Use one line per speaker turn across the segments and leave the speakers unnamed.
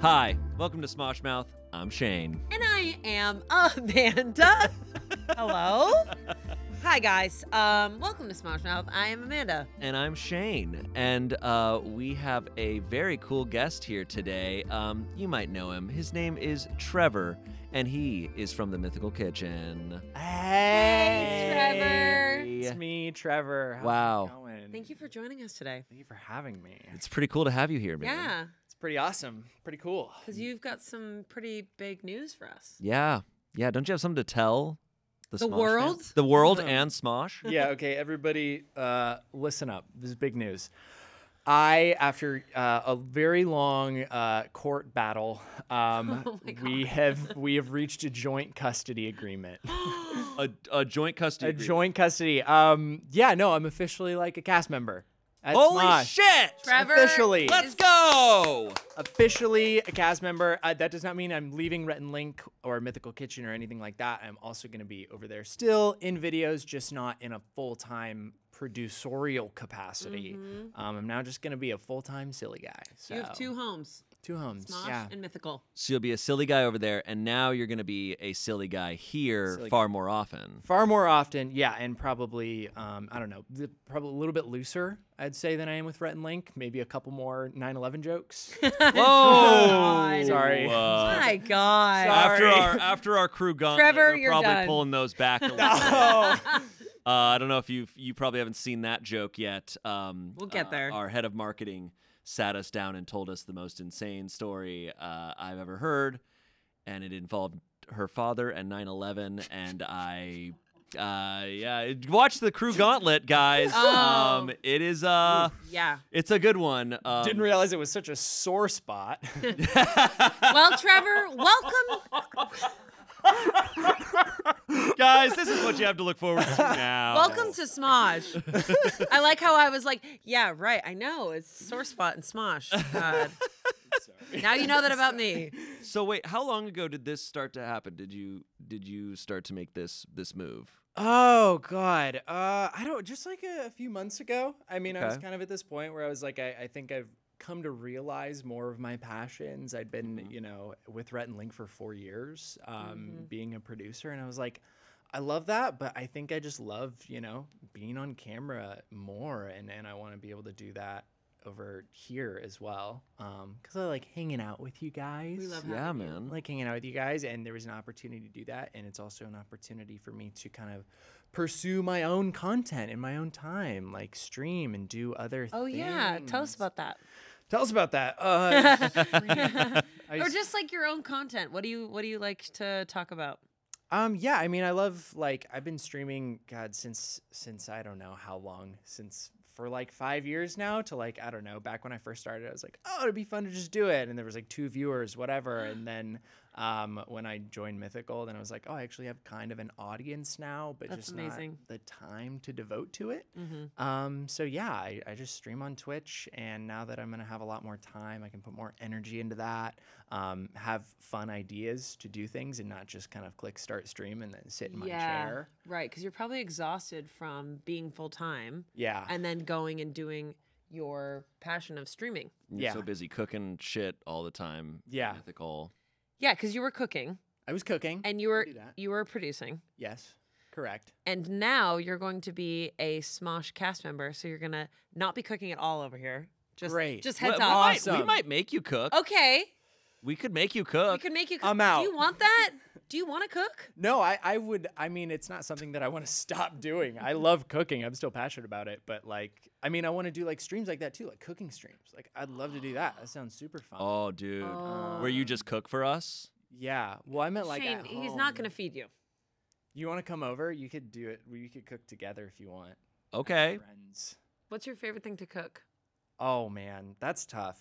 Hi, welcome to Smosh Mouth. I'm Shane.
And I am Amanda. Hello. Hi guys. Um, welcome to Smosh Mouth. I am Amanda.
And I'm Shane. And uh, we have a very cool guest here today. Um, you might know him. His name is Trevor, and he is from the Mythical Kitchen.
Hey,
It's me, Trevor. How's it
Wow.
going?
Thank you for joining us today.
Thank you for having me.
It's pretty cool to have you here, man.
Yeah,
It's pretty awesome. Pretty cool.
because you've got some pretty big news for us.
Yeah. Yeah. Don't you have something to tell
The
Smosh fans?
world? Mm.
The world
Yeah.
and Smosh?
yeah, okay, everybody, uh, listen up. This is big news. I, after uh, a very long uh, court battle, um,
Oh my
we
God.
have we have reached a joint custody agreement.
A, a joint custody.
a
agreement.
joint custody. Um, yeah, no, I'm officially like a cast member. at
Holy
Smosh.
shit!
Trevor
Officially.
is-
Let's go!
officially a cast member. Uh, that does not mean I'm leaving Rhett and Link or Mythical Kitchen or anything like that. I'm also going to be over there still in videos, just not in a full time producerial capacity.
Mhm.
Um, I'm now just going to be a full time silly guy. So
You have two homes,
two homes.
Smosh
Yeah.
and Mythical.
So you'll be a silly guy over there, and now you're going to be a silly guy here
Silly
far more often.
Far more often, yeah, and probably, um, I don't know, th- probably a little bit looser, I'd say, than I am with Rhett and Link. Maybe a couple more 9 11 jokes.
Whoa!
God.
Sorry.
Uh,
My God.
Sorry.
after our after our crew gauntlet,
Trevor,
we're
you're
probably
done.
pulling those back. A little bit.
oh,
Uh, I don't know if you you probably haven't seen that joke yet. Um,
We'll get
uh,
there.
Our head of marketing sat us down and told us the most insane story uh, I've ever heard, and it involved her father and 9/11. And I, uh, yeah, watch the crew gauntlet, guys.
Oh.
Um, it is uh,
Yeah.
it's a good one. Um,
didn't realize it was such a sore spot.
Well, Trevor, welcome.
guys, this is what you have to look forward to now.
Welcome to Smosh. I like how I was like, yeah, right. I know it's sore spot in Smosh. God. Now you know that about me.
So wait, how long ago did this start to happen? Did you did you start to make this this move?
Oh God, uh, I don't. Just like a, a few months ago. I mean, I was
Okay.
kind of at this point where I was like, I, I think I've come to realize more of my passions. I'd been,
Mhm.
you know, with Rhett and Link for four years, um,
Mhm.
being a producer, and I was like, I love that, but I think I just love, you know, being on camera more, and and I want to be able to do that over here as well, because I like hanging out with you guys.
We love having
yeah,
you.
man.
like hanging out with you guys and there was an opportunity to do that and it's also an opportunity for me to kind of pursue my own content in my own time like stream and do other
Oh yeah, tell us
things.
about that.
tell us about that uh, I
or
s-
just like your own content. What do you what do you like to talk about?
um yeah i mean i love like i've been streaming god since since i don't know how long since for like five years now to like i don't know back when i first started i was like oh it'd be fun to just do it and there was like two viewers whatever and then um, when i joined mythical then i was like oh i actually have kind of an audience now but
That's
just
amazing.
not the time to devote to it
Mm-hmm.
um, so yeah I, I just stream on twitch and now that i'm going to have a lot more time i can put more energy into that um, have fun ideas to do things and not just kind of click start stream and then sit in my
Yeah.
chair
Right, because you're probably exhausted from being full time
yeah
and then going and doing your passion of streaming.
You're
Yeah.
so busy cooking shit all the time.
Yeah.
Mythical.
Yeah, because you were cooking
i was cooking
and you were
do that.
you were producing,
yes correct
and now you're going to be a Smosh cast member. So you're gonna not be cooking at all over here. Just
Great.
just
Well,
heads
we,
up.
might, we
Awesome.
might make you cook.
Okay,
We could make you
Oh. we
cook.
can make you.
I'm
Do you
out.
want that? Do you want to cook?
no I, I would i mean it's not something that i want to stop doing i love cooking i'm still passionate about it but like i mean i want to do like streams like that too like cooking streams like i'd love to do that that sounds super fun
Oh, dude.
uh,
Oh.
Where you just cook for us?
yeah well i meant like
Shane,
at
he's not
home.
gonna feed you.
You want to come over? You could do it. We could cook together if you want.
Okay.
Friends.
What's your favorite thing to cook?
Oh man, that's tough.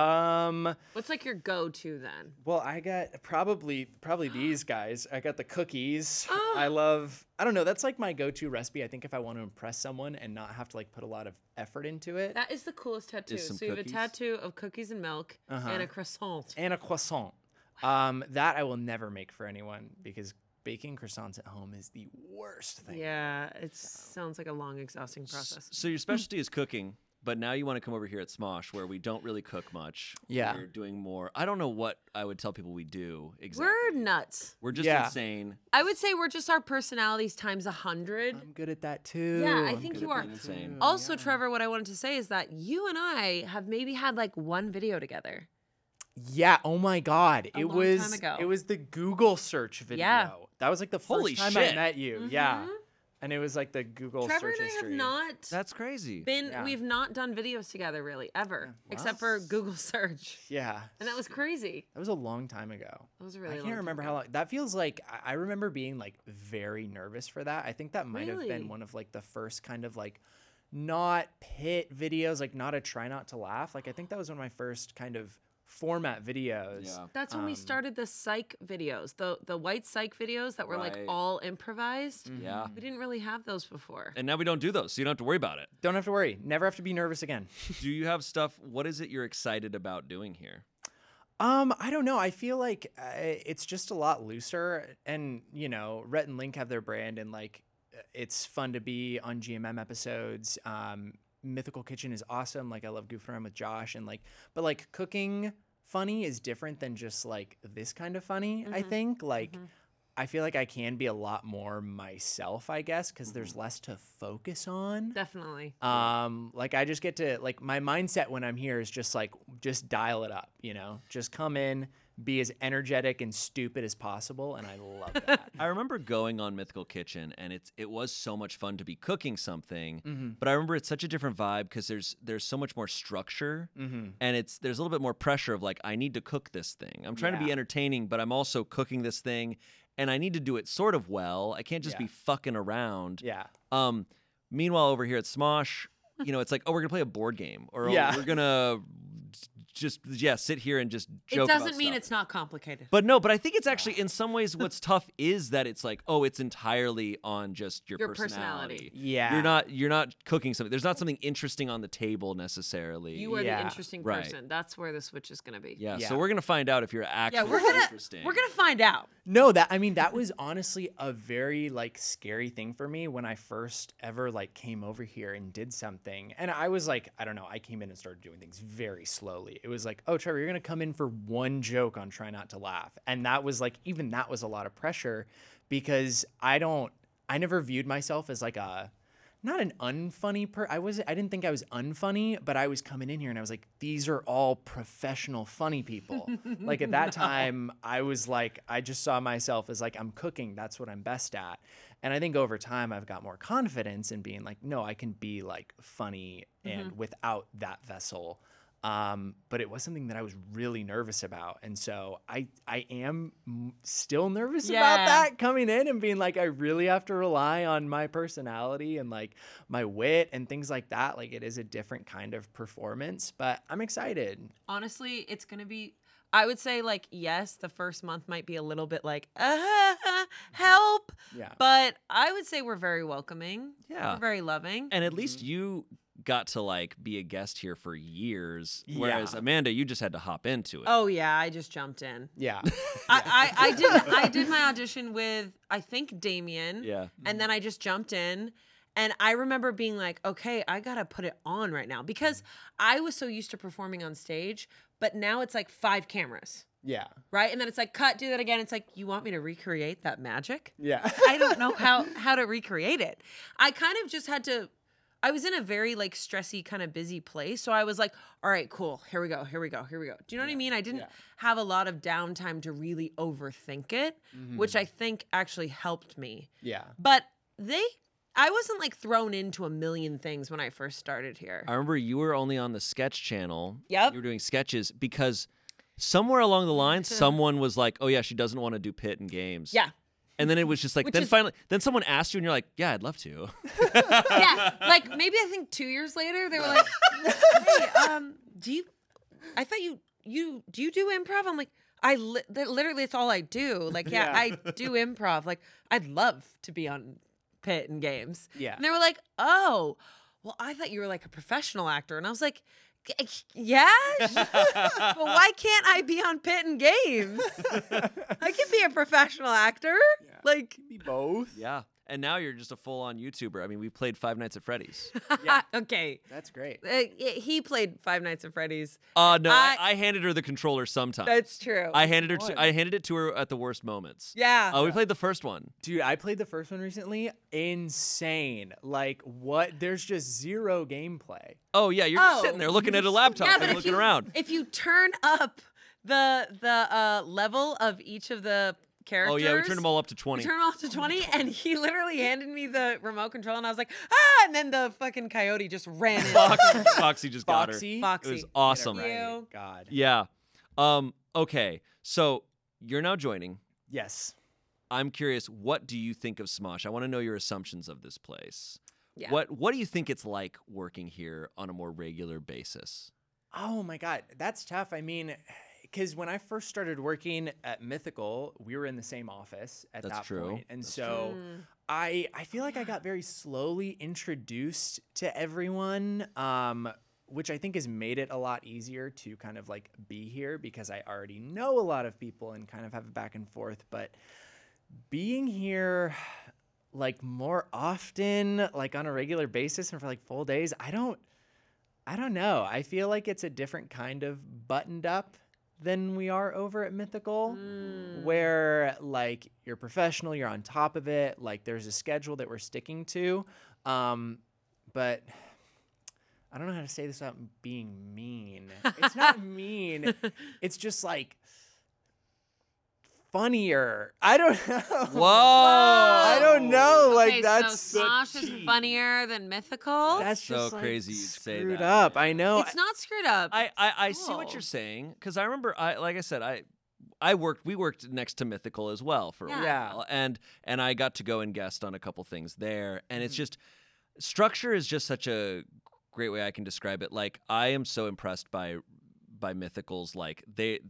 Um.
What's like your go-to then?
Well, I got probably probably these guys. I got the cookies. I
Oh.
love. I don't know. That's like my go-to recipe. I think if I want to impress someone and not have to like put a lot of effort into it.
That is the coolest tattoo.
some
So you have a
cookies.
tattoo of cookies and milk
Uh-huh.
and a croissant.
and a croissant. Um, that I will never make for anyone because baking croissants at home is the worst thing.
Yeah, it sounds like a long, exhausting
S-
process.
So your specialty is cooking. But now you want to come over here at Smosh where we don't really cook much.
Yeah.
We're doing more. I don't know what I would tell people we do exactly.
We're nuts.
We're just
Yeah.
insane.
I would say we're just our personalities times a hundred.
I'm good at that too.
I
I'm
think
good
you
at
are.
that
Insane.
too,
Also,
Um, oh, yeah.
Trevor, what I wanted to say is that you and I have maybe had like one video together.
Yeah. Oh my God.
A
it
long time
was.
ago.
It was the Google search video.
Yeah.
That was like the Mm-hmm. first
Holy
time I
shit.
met you. Yeah.
Mhm.
And it was like the Google
Trevor
search
and I
history.
have not
That's crazy.
been.
Yeah.
We've not done videos together really ever,
Yeah.
except
Wow.
for Google search,
Yeah.
and that was crazy.
That was a long time ago.
That was a really.
I
long
can't
time
remember how
ago.
long. That feels like I- I remember being like very nervous for that. I think that might have
Really?
been one of like the first kind of like not pit videos, like not a try not to laugh. Like I think that was one of my first kind of format videos.
Yeah.
That's when we
um,
started the psych videos, the the white psych videos that were like
Right.
all improvised.
Mm-hmm.
Yeah.
We didn't really have those before.
And now we don't do those, so you don't have to worry about it.
Don't have to worry. Never have to be nervous again.
do you have stuff? What is it you're excited about doing here?
Um, I don't know. I feel like uh, it's just a lot looser, and you know, Rhett and Link have their brand, and like, uh, it's fun to be on GMM episodes. Um, Mythical Kitchen is awesome. Like, I love goofing around with Josh, and like, but like, cooking funny is different than just like this kind of funny. I
Mhm.
think like.
Mhm.
I feel like I can be a lot more myself, I guess, because there's less to focus on.
Definitely.
Um, like I just get to like my mindset when I'm here is just like just dial it up, you know, just come in, be as energetic and stupid as possible, and I love that.
I remember going on Mythical Kitchen, and it's it was so much fun to be cooking something.
mm-hmm.
But I remember it's such a different vibe because there's there's so much more structure,
Mm-hmm.
and it's there's a little bit more pressure of like I need to cook this thing. I'm trying to be
Yeah.
entertaining, but I'm also cooking this thing, and I need to do it sort of well. I can't just
Yeah.
be fucking around.
Yeah.
Um, meanwhile, over here at Smosh, you know, it's like, oh, we're gonna play a board game, or oh,
Yeah.
we're gonna just yeah sit here and just joke.
it
about
doesn't mean
stuff.
it's not complicated.
But no, but I think it's actually in some ways what's tough is that it's like, oh, it's entirely on just your,
Your
personality.
personality.
Yeah.
You're not you're not cooking something. There's not something interesting on the table necessarily.
you are
Yeah,
the interesting
right.
person. That's where the switch is going to be.
yeah,
Yeah.
so we're gonna find out if you're actually
we're gonna-
interesting.
We're going to find out.
No, that I mean that was honestly a very like scary thing for me when I first ever like came over here and did something. And I was like, I don't know, I came in and started doing things very slowly. It was like, "Oh, Trevor, you're going to come in for one joke on Try Not to Laugh." And that was like even that was a lot of pressure because I don't I never viewed myself as like a not an unfunny per I was I didn't think I was unfunny, but I was coming in here and I was like, these are all professional funny people. like at that time, I was like, I just saw myself as like, I'm cooking, that's what I'm best at. And I think over time I've got more confidence in being like, no, I can be like funny and without that vessel. Um, but it was something that I was really nervous about. And so I I am m- still nervous about
Yeah.
that coming in and being like, I really have to rely on my personality and like my wit and things like that. Like it is a different kind of performance, but I'm excited.
Honestly, it's going to be. I would say, like, yes, the first month might be a little bit like, uh, help.
Yeah.
But I would say we're very welcoming.
Yeah.
We're very loving.
and at
Mm-hmm.
least you got to like be a guest here for years. Whereas
Yeah.
Amanda, you just had to hop into it.
oh, yeah. I just jumped in.
Yeah.
I, I, I did I did my audition with I think Damien.
Yeah.
And then I just jumped in. And I remember being like, okay, I gotta put it on right now because I was so used to performing on stage, but now it's like five cameras,
Yeah.
right? And then it's like, cut, do that again. It's like, you want me to recreate that magic?
Yeah.
I don't know how how to recreate it. I kind of just had to I was in a very like stressy kind of busy place, so I was like, all right, cool. Here we go. Here we go. Here we go. Do you know what I mean? I didn't
yeah.
have a lot of downtime to really overthink it,
Mm-hmm.
which I think actually helped me.
Yeah.
But they I wasn't like thrown into a million things when I first started here.
I remember you were only on the sketch channel.
Yep.
You were doing sketches because somewhere along the line, someone was like, "Oh yeah, she doesn't want to do pit and games."
Yeah.
And then it was just like,
Which
then
is-
finally, then someone asked you, and you're like, "Yeah, I'd love to."
yeah. Like maybe I think 2 years later they were like, "Hey, um, do you I thought you you do you do improv?" I'm like, "I li- that literally it's all I do. Like, yeah,
Yeah.
I do improv. Like, I'd love to be on pit and games."
Yeah.
And they were like, "Oh, well, I thought you were like a professional actor." And I was like, "G- "Yeah, but why can't I be on pit and games? I can be a professional actor.
Yeah.
Like,
Be both.
yeah. and now you're just a full on YouTuber. I mean, we played Five Nights at Freddy's.
Yeah.
okay.
That's great.
Uh, y- he played Five Nights at Freddy's.
Uh no, I,
I-
I handed her the controller sometime.
That's true.
Uh, I handed her
Fun.
to, I handed it to her at the worst moments.
yeah.
Uh, we played the first one.
Dude, I played the first one recently. Insane. Like what? There's just zero gameplay.
Oh yeah, you're just
Oh.
sitting there looking at a laptop
yeah, but
and
if
looking
you,
around.
If you turn up the the uh, level of each of the characters,
Oh yeah, we turned them all up to
we
twenty. Oh,
turned them all to twenty, and he literally handed me the remote control, and I was like, ah! And then the fucking coyote just ran in.
Foxy, Foxy just got her. It
Foxy.
Foxy.
was awesome.
Get it right. You.
God.
Yeah. Um. Okay. So you're now joining.
Yes.
I'm curious. What do you think of Smosh? I want to know your assumptions of this place.
Yeah.
What What do you think it's like working here on a more regular basis?
Oh my God, that's tough. I mean, because when I first started working at Mythical, we were in the same office at
That's
that
true.
point. and
That's true.
so
Mm.
I I feel like I got very slowly introduced to everyone, um, which I think has made it a lot easier to kind of like be here because I already know a lot of people and kind of have a back and forth. But being here like more often, like on a regular basis and for like full days, I don't I don't know. I feel like it's a different kind of buttoned up than we are over at Mythical
Mm.
where like you're professional, you're on top of it, like there's a schedule that we're sticking to. Um, but I don't know how to say this without being mean. It's not mean. It's just like funnier. I don't know.
Whoa!
I don't know. Like that's
so Smosh is
Tea.
funnier than Mythical.
that's
So
just, like,
crazy you'd say
screwed
that.
up. I know.
it's not screwed up.
I I, I see what
Oh.
you're saying because I remember I like I said I I worked we worked next to Mythical as well for a
Yeah.
while and and I got to go and guest on a couple things there and it's
Mhm.
just structure is just such a great way I can describe it like I am so impressed by by Mythicals like they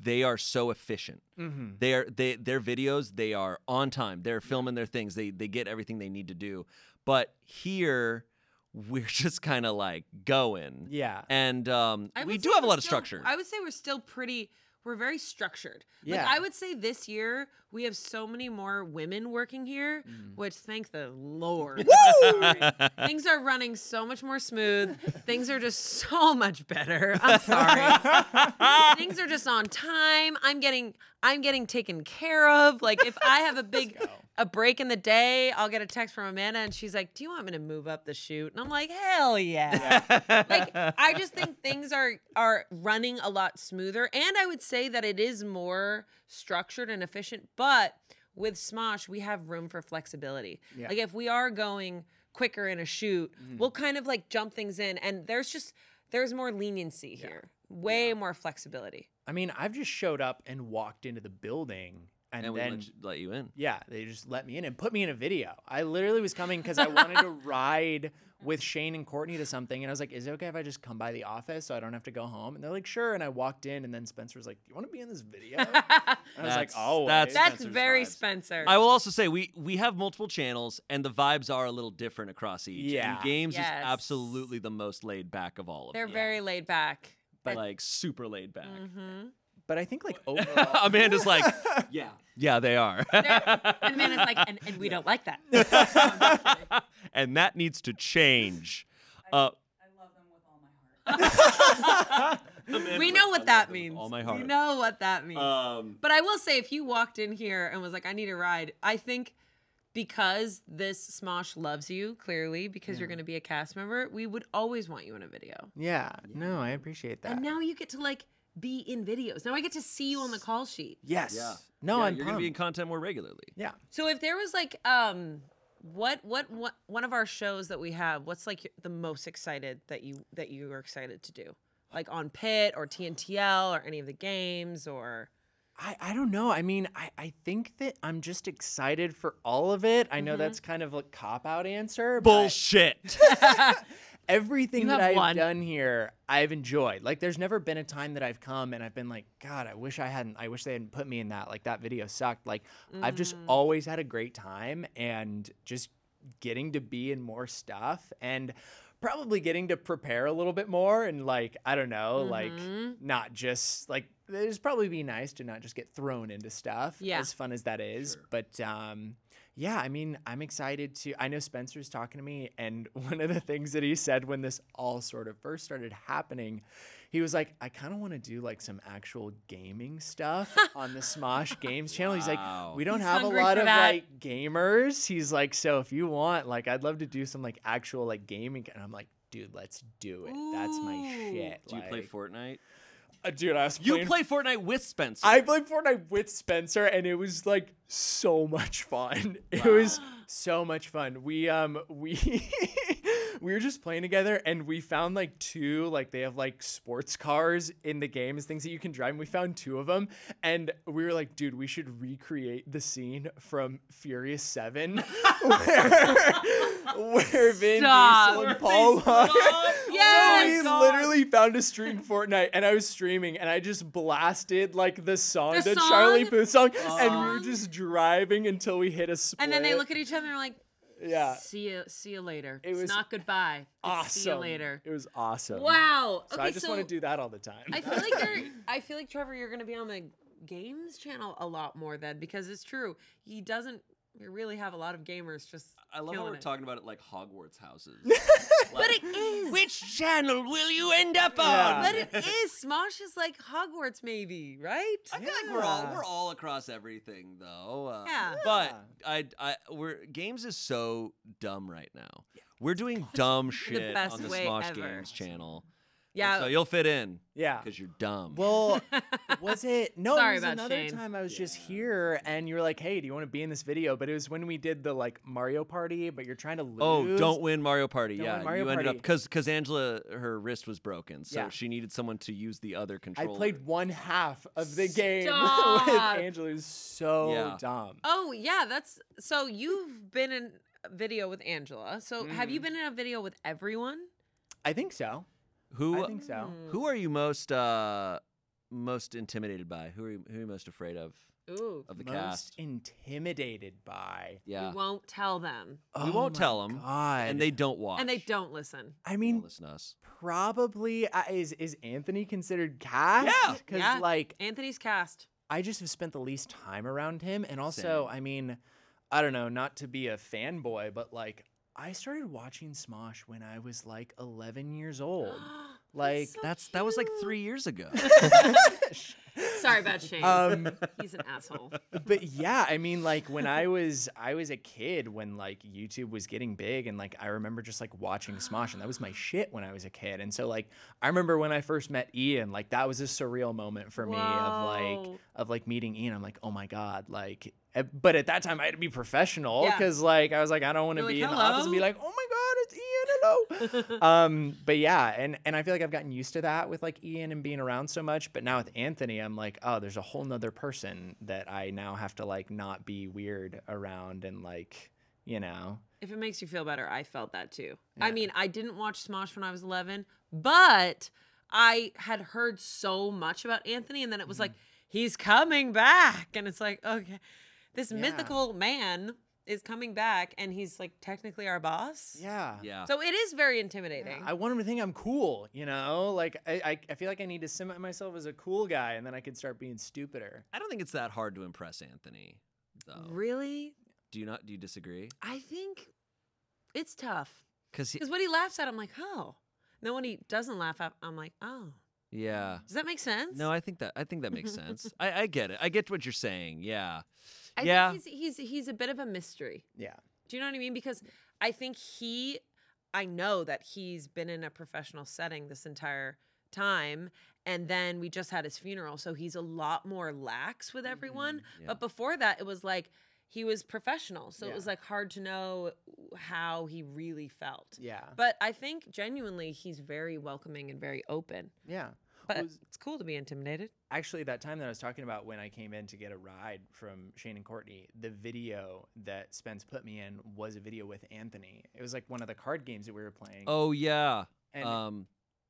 they are so efficient
hmm
they're they their videos they are on time they're filming their things they they get everything they need to do but here we're just kind of like going
Yeah.
and um,
I
we
would
do
say
have a
we're
lot of
still-
structure.
I would say we're still pretty. We're very structured.
Yeah.
Like I would say this year we have so many more women working here,
Mm.
which thank the Lord. Sorry. Things are running so much more smooth. Things are just so much better. I'm sorry. Things are just on time. I'm getting I'm getting taken care of. Like if I have a big
go.
a break in the day, I'll get a text from Amanda and she's like, "Do you want me to move up the shoot?" And I'm like, "Hell yeah." like I just think things are are running a lot smoother, and I would say that it is more structured and efficient. But with Smosh, we have room for flexibility.
Yeah.
Like if we are going quicker in a shoot, we'll kind of like jump things in, and there's just there's more leniency here, way more flexibility.
I mean, I've just showed up and walked into the building and,
and we
then
let, you, let you in.
Yeah, they just let me in and put me in a video. I literally was coming because I wanted to ride with Shane and Courtney to something, and I was like, "Is it okay if I just come by the office so I don't have to go home?" And they're like, "Sure." And I walked in, and then Spencer was like, "You want to be in this video?" And I was like,
That's-
"Oh,
that's-
That's
Spencer's
very
vibes.
Spencer.
I will also say we we have multiple channels, and the vibes are a little different across each.
Yeah.
and games is
Yes.
absolutely the most laid back of all of
They're
them.
very laid back.
But like super laid back.
Mhm.
But I think like overall,
Amanda's like, yeah, yeah, they are.
And Amanda's like, and, and we don't like that.
and that needs to change. Uh,
we know what that means.
all my heart.
We know what that means.
um,
But I will say, if you walked in here and was like, I need a ride, I think because this Smosh loves you, clearly, because you're going to be a cast member, we would always want you in a video.
yeah, no, I appreciate that.
And now you get to like be in videos. Now I get to see you on the call sheet.
yes,
yeah.
no,
Yeah,
I'm
you're gonna be in
pumped.
content more regularly.
yeah.
So if there was like, um, what, what what one of our shows that we have? What's like the most excited that you that you are excited to do, like on Pit or TNTL or any of the games or
I, I don't know. I mean, I, I think that I'm just excited for all of it. I know
Mm-hmm.
that's kind of a cop out answer. but-
Bullshit.
everything
You
that
have
I've
one.
done here, I've enjoyed. Like, there's never been a time that I've come and I've been like, God, I wish I hadn't. I wish they hadn't put me in that. Like, that video sucked. Like, I've just
Mm.
always had a great time and just getting to be in more stuff and probably getting to prepare a little bit more and like I don't know,
Mm-hmm.
like not just like it'd probably be nice to not just get thrown into stuff.
Yeah.
As fun as that is, but um. yeah, I mean, I'm excited to. I know Spencer's talking to me, and one of the things that he said when this all sort of first started happening, he was like, I kind of want to do like some actual gaming stuff on the Smosh Games channel. He's
Wow.
like, we don't
He's
have a
hungry
lot
for
of
that.
like gamers. He's like, so if you want, like, I'd love to do some like actual like gaming. And I'm like, dude, let's do it. That's my
Ooh.
shit.
Do you play
like-
Fortnite?
Uh, dude, I was
You
playing
play Fortnite with Spencer.
I played Fortnite with Spencer and it was like so much fun. It
Wow.
was so much fun. We um we we were just playing together and we found like two like they have like sports cars in the game as things that you can drive and we found two of them and we were like dude we should recreate the scene from Furious 7 where where Vin
Stop.
Diesel and Paul Walker
Oh Yes!
so we literally found a stream Fortnite, and I was streaming, and I just blasted like the song,
The
the, Charlie
song?
Puth song, and we were
song?
just driving until we hit a split.
And then they look at each other and are like,
yeah,
see you, see you later.
It
it's
was
not goodbye. It's
awesome.
See you later.
It was awesome.
Wow.
So
okay,
I just
so
want to do that all the time.
I feel like you're, I feel like Trevor, you're going to be on the games channel a lot more then because it's true. He doesn't really have a lot of gamers. Just
I love how
killing
we're
it.
talking about it like Hogwarts houses.
But it is.
Which channel will you end up on?
Uh, Yeah.
But it is. Smosh is like Hogwarts, maybe, right?
I feel like we're all
Yeah.
we're all across everything though. Uh,
Yeah.
But I I we're games is so dumb right now. We're doing dumb shit
best
on the
way
Smosh
ever.
Games channel.
Yeah.
So you'll fit in
yeah.
because you're dumb.
Well, was it? No,
Sorry
it was
about
another
Shane.
time I was just here, and you were like, "Hey, do you want to be in this video?" But it was when we did the like Mario Party, but you're trying to lose.
oh, don't win Mario Party.
Don't
yeah.
win Mario
you ended up
Party.
because because Angela her wrist was broken, so
Yeah.
she needed someone to use the other
I
controller.
played one half of the game with
Stop.
Angela. It was so
Yeah.
dumb.
oh yeah, that's so. You've been in a video with Angela. So have you
Mhm.
been in a video with everyone? Mm.
I think so.
who
I think so.
who are you most uh most intimidated by? Who are you who are you most afraid of
Ooh.
of the
Most
cast?
intimidated by.
yeah.
We won't tell them,
We won't
oh my
tell 'em,
God.
And they don't watch.
and they don't listen.
I
They don't
mean,
listen to us.
probably uh, is is Anthony considered cast?
Yeah.
Because
Yeah.
like
Anthony's cast.
I just have spent the least time around him, and also I mean, I don't know, not to be a fanboy, but like I started watching Smosh when I was like 11 years old. Like,
so
That's that was like
cute.
three years ago.
Sorry about Shane.
um,
He's an asshole.
but yeah, I mean, like when I was I was a kid when like YouTube was getting big, and like I remember just like watching Smosh, and that was my shit when I was a kid. And so like I remember when I first met Ian, like that was a surreal moment for me of like
Whoa.
of like meeting Ian. I'm like, oh my god, like. eh, But at that time, I had to be professional
Yeah.
because like I was like, I don't want to
You're like,
be in the office and be
"Hello?"
like, oh my god, it's Ian, hello. um, but yeah, and and I feel like I've gotten used to that with like Ian and being around so much. But now with Anthony, I'm like, oh, there's a whole nother person that I now have to like not be weird around and like, you know,
If it makes you feel better, I felt that too. I
Yeah.
mean, I didn't watch Smosh when I was 11, but I had heard so much about Anthony, and then it was like,
Mm-hmm.
he's coming back. And it's like, okay, this
Yeah.
mythical man is coming back, and he's like technically our boss.
yeah,
yeah.
So it is very intimidating.
I want him to think I'm cool, you know, like I I, I feel like I need to cement myself as a cool guy, and then I can start being stupider.
I don't think it's that hard to impress Anthony, though.
really?
Do you not? Do you disagree?
I think it's tough.
Because
Because when he laughs at, I'm like, oh. And then when he doesn't laugh at, I'm like, oh.
yeah.
Does that make sense?
Uh. No, I think that I think that makes sense. I, I get it. I get what you're saying. Yeah.
I
yeah.
think he's, he's, he's a bit of a mystery.
Yeah.
Do you know what I mean? Because I think he, I know that he's been in a professional setting this entire time. And then we just had his funeral. So he's a lot more lax with everyone.
yeah.
But before that, it was like he was professional. So it
Yeah.
was like hard to know how he really felt.
Yeah.
But I think genuinely he's very welcoming and very open.
Yeah.
But
Was-
it's cool to be intimidated.
actually that time that I was talking about when I came in to get a ride from Shane and Courtney, the video that Spence put me in was a video with Anthony. It was like one of the card games that we were playing.
oh yeah.
and,
um.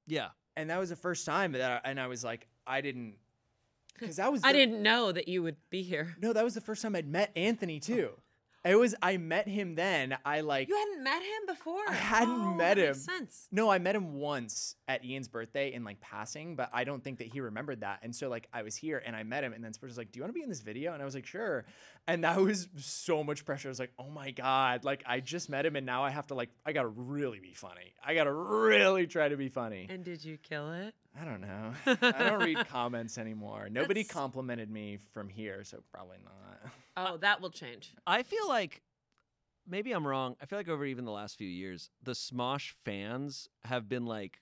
Yeah.
and that was the first time that I, and I was like, I didn't, because that was
I
the-
didn't know that you would be here.
No, that was the first time I'd met Anthony too. It was I met him then. I like
You hadn't met him before.
I hadn't met
that makes
him.
Sense.
No, I met him once at Ian's birthday in like passing, but I don't think that he remembered that. And so like I was here and I met him and then Spurs was like, Do you want to be in this video? And I was like, sure. And that was so much pressure. I was like, oh my God. Like I just met him and now I have to like I gotta really be funny. I gotta really try to be funny.
And did you kill it?
I don't know. I don't read comments anymore. Nobody
That's-
complimented me from here, so probably not.
Oh, that will change.
I feel like maybe I'm wrong. I feel like over even the last few years, the Smosh fans have been like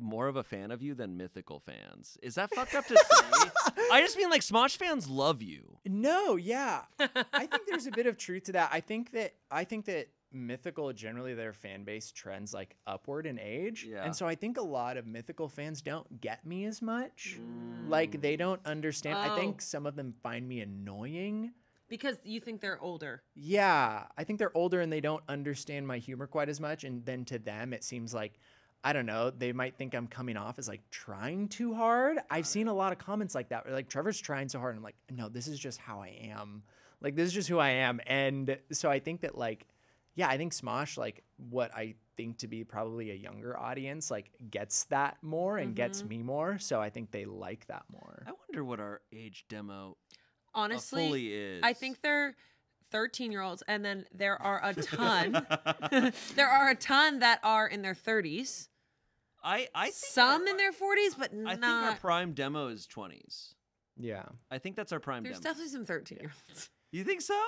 more of a fan of you than mythical fans. Is that fucked up to say? I just mean like Smosh fans love you.
No, yeah. I think there's a bit of truth to that. I think that I think that mythical generally their fan base trends like upward in age.
Yeah.
And so I think a lot of mythical fans don't get me as much.
Mm.
Like they don't understand. I
Oh.
think some of them find me annoying.
Because you think they're older.
Yeah, I think they're older and they don't understand my humor quite as much and then to them it seems like I don't know, they might think I'm coming off as like trying too hard. I've seen a lot of comments like that where like Trevor's trying so hard. I'm like, no, this is just how I am. Like this is just who I am. And so I think that like yeah, I think Smosh like what I think to be probably a younger audience like gets that more and gets
Mhm.
me more, so I think they like that more.
I wonder what our age demo uh,
Honestly,
fully is.
I think they're 13 year olds, and then there are a ton. there are a ton that are in their 30s.
I I think
Some
our-
in their 40s, but
I
not.
think our prime demo is 20s.
Yeah.
I think that's our prime
There's
demo.
definitely some 13 year olds.
you think so?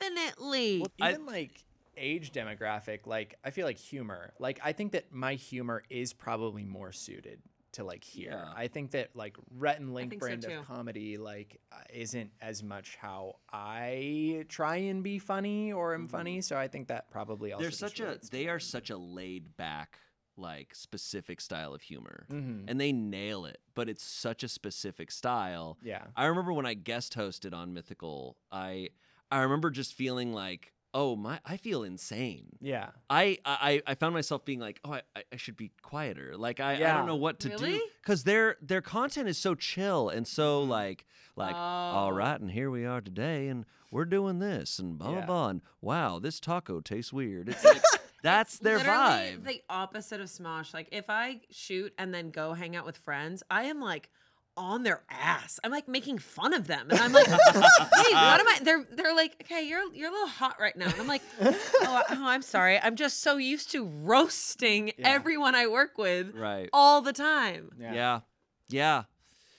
Definitely.
Well,
I-
even like age demographic, like I feel like humor. Like I think that my humor is probably more suited to like here.
Yeah.
I think that like Rhett and Link
think so,
brand
too.
of comedy like uh, isn't as much how I try and be funny or am
Mhm.
funny. So I think that probably also
They're
just
such a
relates to
they are
me.
such a laid back like specific style of humor.
Mhm.
and they nail it, but it's such a specific style.
yeah.
I remember when I guest hosted on Mythical, I I remember just feeling like, oh my, I feel insane.
Yeah.
I I, I found myself being like, oh, I, I- I should be quieter. Like I, I
Yeah.
don't know what to do
Really?
because their their content is so chill and so like like all
Oh.
right, and here we are today, and we're doing this, and blah blah
Yeah.
blah, and wow, this taco tastes weird. It's like that's their
Literally
vibe.
The opposite of Smosh. Like if I shoot and then go hang out with friends, I am like on their ass. I'm like making fun of them, and I'm like, "Wait, what am I?" They're they're like, "Okay, you're you're a little hot right now," and I'm like, "Oh, I- oh, I'm sorry. I'm just so used to roasting
Yeah.
everyone I work with
right?
all the time."
Yeah.
yeah. yeah.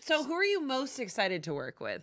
So, who are you most excited to work with?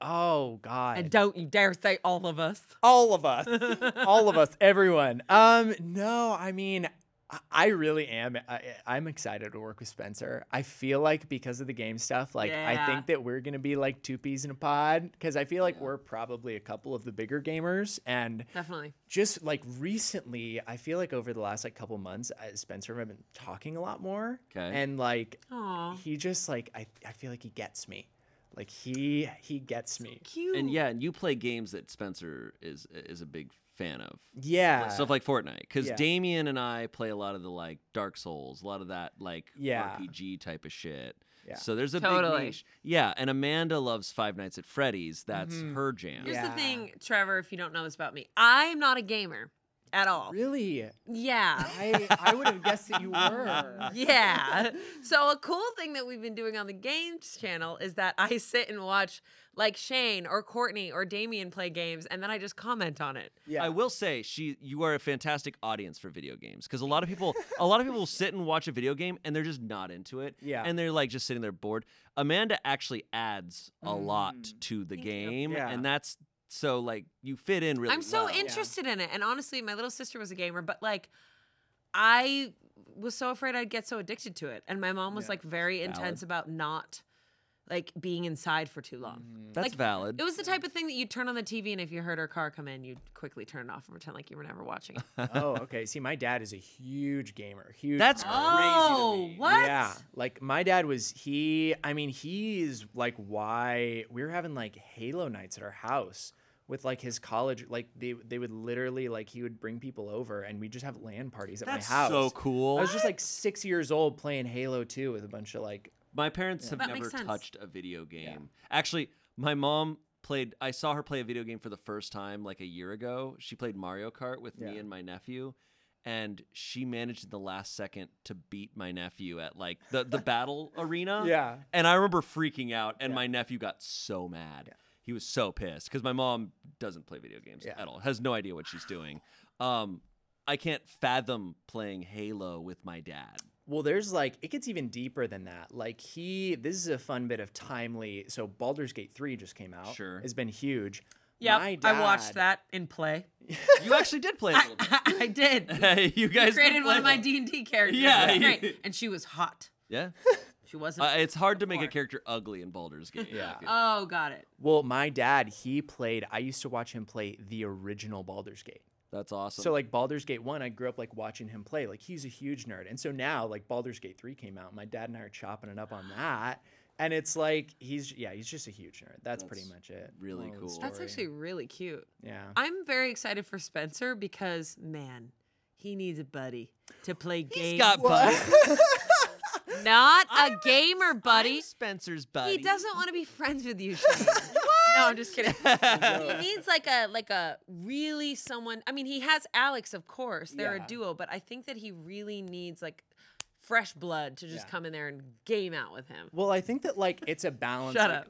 Oh God.
And don't you dare say all of us.
all of us all of us everyone um no i mean I- i really am I, i'm excited to work with spencer i feel like because of the game stuff like i
Yeah.
think that we're gonna be like two peas in a pod because i feel like
Yeah.
we're probably a couple of the bigger gamers and
Definitely.
just like recently i feel like over the last like couple months uh, spencer and i have been talking a lot more
'Kay.
and like
Aw,
he just like I, I feel like he gets me like he he gets me
cute.
and yeah, and you play games that Spencer is is a big fan of.
yeah
Like Stuff like Fortnite, because
yeah.
Damien and I play a lot of the like Dark Souls, a lot of that like
Yeah.
RPG type of shit.
Yeah.
So there's a big
Totally.
niche. Yeah, and Amanda loves Five Nights at Freddy's. That's
Mhm.
her jam.
Here's
Yeah.
the thing, Trevor, if you don't know this about me, I'm not a gamer at all.
really
Yeah.
I, I would have guessed that you were.
Yeah. so a cool thing that we've been doing on the games channel is that I sit and watch like Shane or Courtney or Damien play games and then I just comment on it.
I will say she you are a fantastic audience for video games because a lot of people a lot of people will sit and watch a video game and they're just not into it.
Yeah.
And they're like just sitting there bored. Amanda actually adds a lot
Mm.
to the
Thank you.
game.
Yeah.
And that's so like you fit in really
I'm so
well.
interested in it. And honestly, my little sister was a gamer, but like I was so afraid I'd get so addicted to it. And my mom was
Yeah.
like very
Valid.
intense about not like being inside for too
Mm-hmm.
long.
That's
Like,
valid.
It was the type of thing that you'd turn on the TV, and if you heard her car come in, you'd quickly turn it off and pretend like you were never watching. it.
Oh, okay. See, my dad is a huge gamer. Huge.
That's
gamer.
crazy. to me.
Oh, what?
Yeah. Like my dad was he I mean, he's like why we were having like Halo nights at our house with like his college like they they would literally like he would bring people over and we just have LAN parties at
That's
my house.
so cool.
I was just like 6 years old playing Halo 2 with a bunch of like
my parents have
That
never
makes sense.
touched a video game. Actually, my mom played I saw her play a video game for the first time like a year ago. She played Mario Kart with me
Yeah.
and my nephew and she managed in the last second to beat my nephew at like the the battle arena.
yeah.
And I remember freaking out and
Yeah.
my nephew got so mad.
Yeah.
He was so pissed cuz my mom doesn't play video games
Yeah.
at all. Has no idea what she's doing. Um I can't fathom playing Halo with my dad.
Well, there's like it gets even deeper than that. Like he, this is a fun bit of timely. So Baldur's Gate three just came out.
Sure.
it's been huge.
Yeah,
My
I watched
dad-
that in play.
You actually did play a
I,
little bit.
I, I did.
you
I
guys did
created one of
play-
my D and D characters.
Yeah,
It was
you-
great. and she was hot.
Yeah.
She wasn't.
Uh, it's hard to make a
before.
character ugly in Baldur's Gate.
Yeah.
I feel.
oh, got it.
Well, my dad, he played. I used to watch him play the original Baldur's Gate.
That's awesome.
So like Baldur's Gate 1, I grew up like watching him play. Like he's a huge nerd. And so now like Baldur's Gate 3 came out. My dad and I are chopping it up on that. And it's like he's yeah, he's just a huge nerd. That's, pretty
That's
much it.
really
Moral of the
cool.
That's
story.
actually really cute.
yeah.
I'm very excited for Spencer because man, he needs a buddy to play games.
got buddies.
Not a gamer buddy.
Spencer's buddy.
He doesn't want to be friends with you. Shane. no, I'm just kidding. he needs like a like a really someone. I mean, he has Alex, of course. They're
Yeah.
a duo, but I think that he really needs like fresh blood to just
Yeah.
come in there and game out with him.
Well, I think that like it's a balance.
Shut
Like,
up.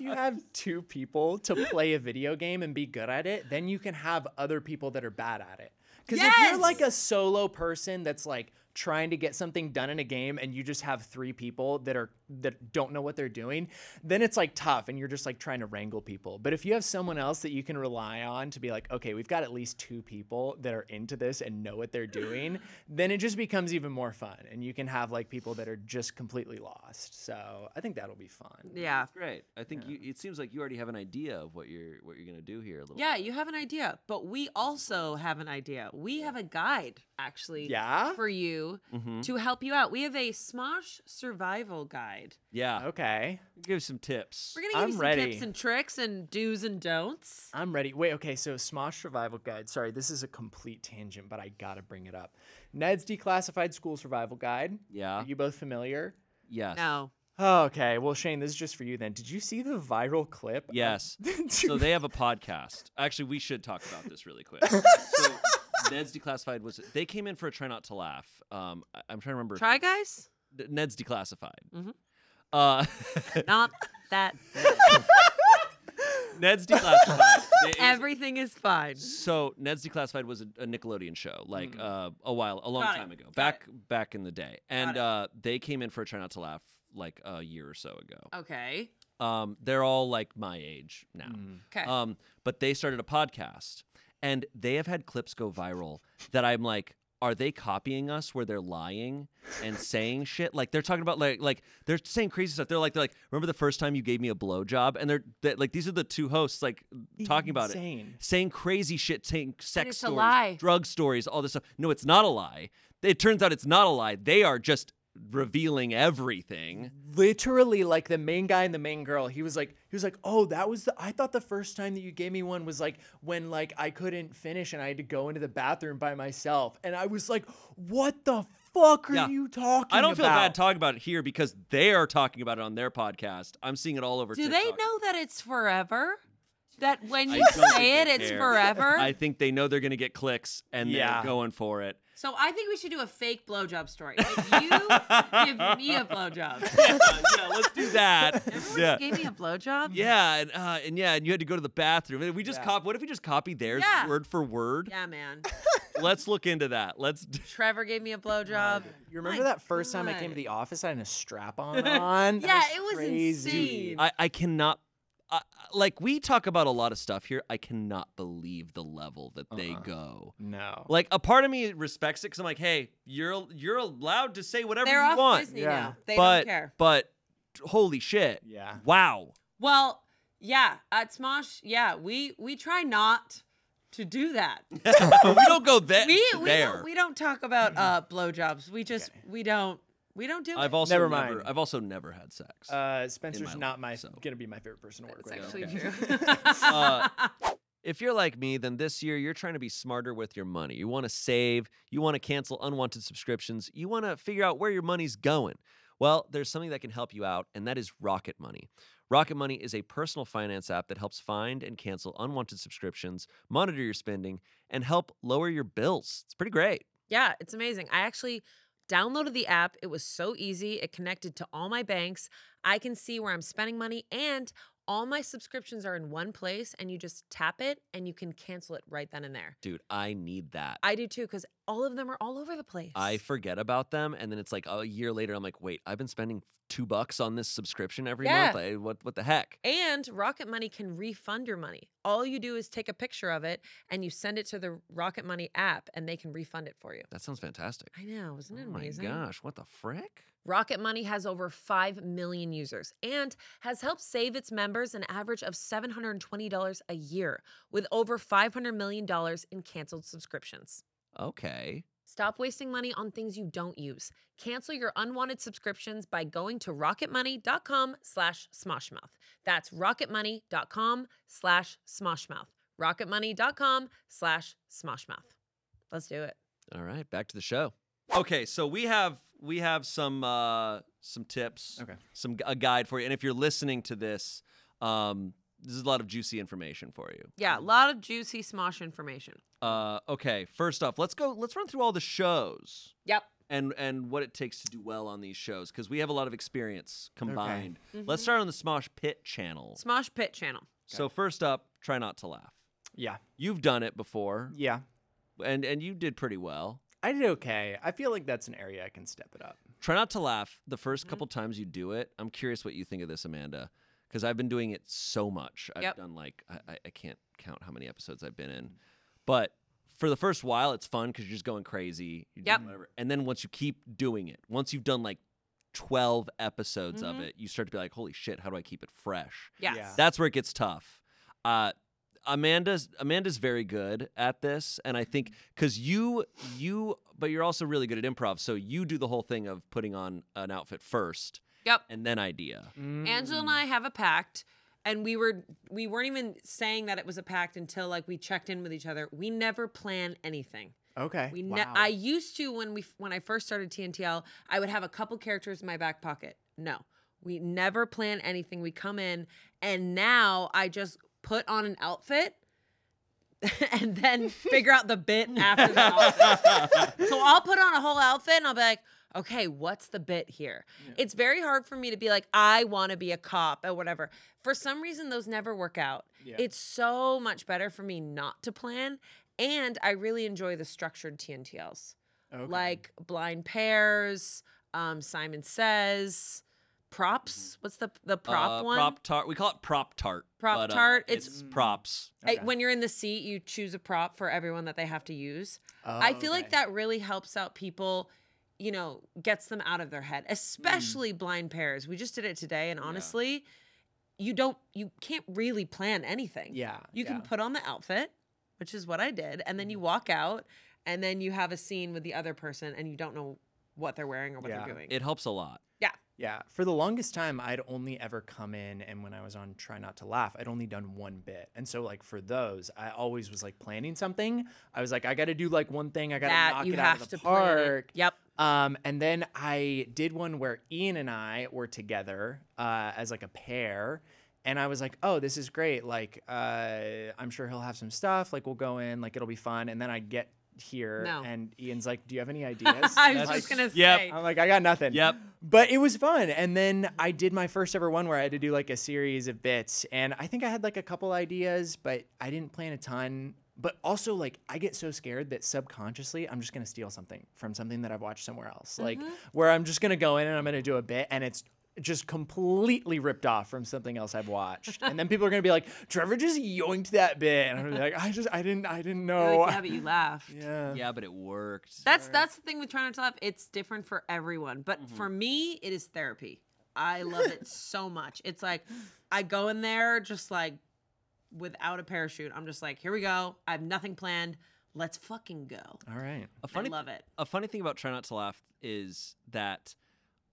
you have two people to play a video game and be good at it, then you can have other people that are bad at it. Because if
Yes!
you're like a solo person that's like trying to get something done in a game and you just have three people that are that don't know what they're doing, then it's like tough and you're just like trying to wrangle people. But if you have someone else that you can rely on to be like, okay, we've got at least two people that are into this and know what they're doing, then it just becomes even more fun and you can have like people that are just completely lost. So I think that'll be fun.
Yeah.
Great. I think you, it seems like you already have an idea of what you're what you're gonna do here a little.
Yeah, you have an idea, but we also have an idea. We have a guide actually
Yeah.
for you
hmm
to help you out. We have a Smosh survival guide.
Yeah.
Okay.
Give some tips.
We're gonna give
I'm
you some
ready.
tips and tricks and do's and don'ts.
I'm ready. Wait, okay, so Smosh Survival Guide. Sorry, this is a complete tangent, but I gotta bring it up. Ned's Declassified School Survival Guide.
Yeah.
Are you both familiar?
Yes.
No,
Oh, okay. Well, Shane, this is just for you then. Did you see the viral clip? of-
Yes.
Dude,
So they have a podcast. Actually, we should talk about this really quick. so Ned's Declassified was they came in for a try not to laugh. Um, I, I'm trying to remember. if-
try guys.
Ned's Declassified.
Mhm.
Uh,
Not that
Ned's Declassified. They- it was-
everything is fine.
So Ned's Declassified was a, a Nickelodeon show, like
Mm.
uh, a while, a long
Got it.
time ago,
Got
back back in the day, and
it.
uh, they came in for a Try Not to Laugh like a year or so ago.
Okay.
Um, they're all like my age now,
Mm.
Okay.
um, but they started a podcast, and they have had clips go viral that I'm like. Are they copying us where they're lying and saying shit? Like they're talking about like like they're saying crazy stuff. They're like they're like remember the first time you gave me a blowjob? And they're, they like these are the two hosts like talking about it
Insane.
saying crazy shit, saying sex
it's a
stories,
lie.
drug stories, all this stuff. No, it's not a lie. It turns out it's not a lie. They are just revealing everything.
Literally, like the main guy and the main girl, he was like, he was like, oh, that was the. I thought the first time that you gave me one was like when like I couldn't finish and I had to go into the bathroom by myself, and I was like, what the fuck are
Yeah.
you talking?
I don't feel
about?
bad talking about it here because they are talking about it on their podcast. I'm seeing it all over
Do
TikTok.
they know that it's forever? That when
I
you
don't
say it,
think they
it's
care.
forever?
I think they know they're going to get clicks and
Yeah.
they're going for it.
so I think we should do a fake blowjob story. Like you give me a blowjob.
yeah, yeah, let's do that.
Remember when
yeah.
you gave me a blowjob?
Yeah, and uh, and yeah, and you had to go to the bathroom. And we just
Yeah.
cop. What if we just copy theirs
Yeah.
word for word?
Yeah, man.
Let's look into that. Let's. d-
Trevor gave me a blowjob.
You remember
My
that first time I came to
God.
the office, I had a strap on. on? That
Yeah, it was
crazy.
insane.
I, I cannot. I, I- like we talk about a lot of stuff here. I cannot believe the level that they
Uh-uh.
go.
No.
Like a part of me respects it because I'm like, hey, you're you're allowed to say whatever
They're
you
off
want,
Disney
Yeah.
now. They
but
don't care.
but holy shit,
yeah.
wow,
Well, yeah, at Smosh, yeah, we we try not to do that.
we don't go that
we we
there.
don't, we don't talk about uh blowjobs. We just we don't we don't do
I've
it.
also
Never
never,
mind.
I've also never had sex.
Uh,
my
Spencer's
life,
not my
so.
gonna be my favorite person to work
It's actually
with. Okay.
true.
Uh, if you're like me, then this year you're trying to be smarter with your money. You want to save, you want to cancel unwanted subscriptions, you want to figure out where your money's going. Well, there's something that can help you out, and that is Rocket Money. Rocket Money is a personal finance app that helps find and cancel unwanted subscriptions, monitor your spending, and help lower your bills. It's pretty great.
Yeah, it's amazing. I actually downloaded the app. It was so easy. It connected to all my banks. I can see where I'm spending money and all my subscriptions are in one place and you just tap it and you can cancel it right then and there.
Dude, I need that.
I do too cuz all of them are all over the place.
I forget about them, and then it's like a year later, I'm like, wait, I've been spending two bucks on this subscription every
Yeah.
month. I, what what the heck?
and Rocket Money can refund your money. All you do is take a picture of it and you send it to the Rocket Money app and they can refund it for you.
That sounds fantastic.
I know, isn't it
oh my
amazing?
gosh, what the frick?
Rocket Money has over 5 million users and has helped save its members an average of $720 a year with over $500 million in canceled subscriptions.
Okay.
Stop wasting money on things you don't use. Cancel your unwanted subscriptions by going to rocketmoney.com slash smoshmouth. That's rocketmoney.com slash smoshmouth. rocketmoney.com slash smoshmouth. Let's do it.
All right, back to the show. Okay, so we have we have some uh some tips,
Okay.
some gu- a guide for you. And if you're listening to this, um this is a lot of juicy information for you.
Yeah, a lot of juicy smosh information.
Uh okay, first off, let's go let's run through all the shows
Yep.
and and what it takes to do well on these shows cuz we have a lot of experience combined. Let's
Mhm.
start on the Smosh Pit channel.
Smosh Pit channel.
So first up, try not to laugh.
Yeah.
You've done it before
Yeah.
and and you did pretty well.
I did okay. I feel like that's an area I can step it up.
Try not to laugh the 1st
Mhm.
couple times you do it. I'm curious what you think of this, Amanda, because I've been doing it so much. I've
Yep. Mm.
done like I, I- I can't count how many episodes I've been in, but for the first while, it's fun because you're just going crazy. You're doing
Yep.
Whatever. And then once you keep doing it, once you've done like 12 episodes of
Mhm.
it, you start to be like, holy shit, how do I keep it fresh?
Yes.
Yeah.
That's where it gets tough. Uh, Amanda's Amanda's very good at this, and I think because you you but you're also really good at improv, so you do the whole thing of putting on an outfit first
Yep.
and then idea.
Mm,
Angela and I have a pact, and we were we weren't even saying that it was a pact until like we checked in with each other. We never plan anything.
Okay.
We
wow.
ne- I used to when we f- when I first started TNTL, I would have a couple characters in my back pocket. No, we never plan anything. We come in, and now I just put on an outfit. and then figure out the bit after the outfit. so I'll put on a whole outfit and I'll be like, okay, what's the bit here? It's very hard for me to be like, I want to be a cop or whatever. For some reason, those never work out.
Yeah.
It's so much better for me not to plan. And I really enjoy the structured TNTLs,
Okay.
like blind pairs, um, Simon Says,
Mm-hmm.
props. What's the the prop
Uh,
one?
Prop tart. We call it prop tart.
Prop
but, uh,
tart,
it's,
it's-
props.
Uh,
Okay.
when you're in the seat, you choose a prop for everyone that they have to use.
Oh,
I feel like
okay.
that really helps out people, you know, gets them out of their
Mm.
head, especially blind pairs. We just did it today, and
Yeah.
honestly, you don't, you can't really plan anything.
Yeah.
You can
yeah.
put on the outfit, which is what I did, and then you walk out, and then you have a scene with the other person, and you don't know what they're wearing or what
Yeah.
they're doing.
It helps a lot.
Yeah, for the longest time, I'd only ever come in, and when I was on Try Not to Laugh, I'd only done one bit. And so, like for those, I always was like planning something. I was like, I got to do like one thing. I got
that
to knock
you
it
have
out of
to
the
plan it.
park.
Yep.
Um, and then I did one where Ian and I were together uh, as like a pair, and I was like, "Oh, this is great! Like, uh, I'm sure he'll have some stuff. Like, we'll go in. Like, it'll be fun." And then I get here,
No.
and Ian's like, "Do you have any ideas?"
I was
That's-
just gonna
Yep.
say.
I'm like, I got nothing.
Yep.
But it was fun. And then I did my first ever one where I had to do like a series of bits. And I think I had like a couple ideas, but I didn't plan a ton. But also, like, I get so scared that subconsciously I'm just going to steal something from something that I've watched somewhere else. Like,
Mm-hmm.
where I'm just going to go in and I'm going to do a bit and it's just completely ripped off from something else I've watched. and then people are going to be like, Trevor just yoinked that bit. And I'm gonna be like, I just, I didn't, I didn't
You're
know.
like, yeah, but you laughed.
Oh. yeah.
Yeah, but it worked.
That's that's the thing with trying not to laugh. It's different for everyone, but for me, it is therapy. I love it so much. It's like I go in there just like without a parachute. I'm just like, here we go. I have nothing planned. Let's fucking go.
All right.
a funny
I love it.
a funny thing about try not to laugh is that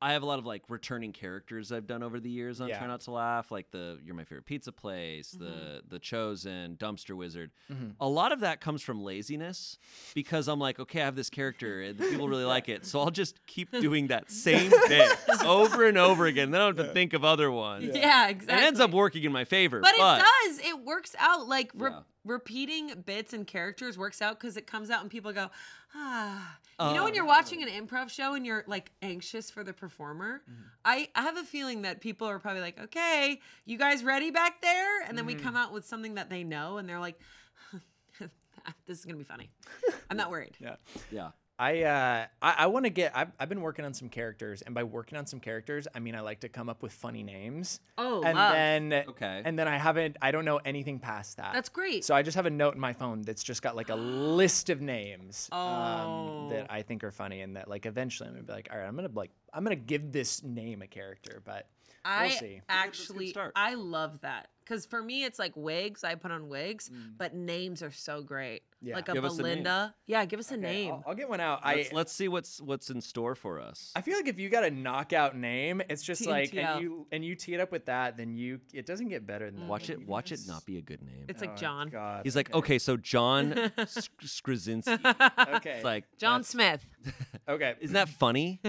I have a lot of like returning characters I've done over the years on
Yeah.
Try Not to Laugh, like the You're My Favorite Pizza Place,
Mm-hmm.
the the Chosen, Dumpster Wizard.
Mhm.
A lot of that comes from laziness because I'm like, okay, I have this character and the people really like it, so I'll just keep doing that same thing over and over again. Then I don't have to think of other ones.
Yeah, exactly.
It ends up working in my favor,
But
but,
it does. It works out. Like re-
Yeah.
repeating bits and characters works out because it comes out and people go, ah. You know,
Oh.
when you're watching an improv show and you're like anxious for the performer, I, I have a feeling that people are probably like, okay, you guys ready back there? And then we come out with something that they know and they're like, this is going to be funny. I'm not worried.
Yeah.
yeah,
I uh, I, I want to get. I've, I've been working on some characters, and by working on some characters, I mean I like to come up with funny names.
Oh,
and
love.
then
Okay.
and then I haven't. I don't know anything past that.
That's great.
So I just have a note in my phone that's just got like a list of names um,
Oh.
that I think are funny, and that like eventually I'm gonna be like, all right, I'm gonna like I'm gonna give this name a character, but
I
We'll see.
a good
actually,
start.
I love that because for me, it's like wigs. I put on wigs, but names are so great.
Yeah.
Like a
Give us a name.
Belinda. Yeah, give us a
Okay, I'll-
name.
I'll, get one out. I
let's, let's see what's what's in store for us.
I feel like if you got a knockout name, it's just
Tee-
like
tee
and
out.
you and you tee it up with that, then you it doesn't get better
Oh
than that.
Watch
Like,
it.
you
Watch it
just-
not be a good name.
It's like
Oh,
John.
God.
He's like, okay, so John Sk- Skrzynski.
okay,
It's like,
John Smith.
okay.
isn't that funny?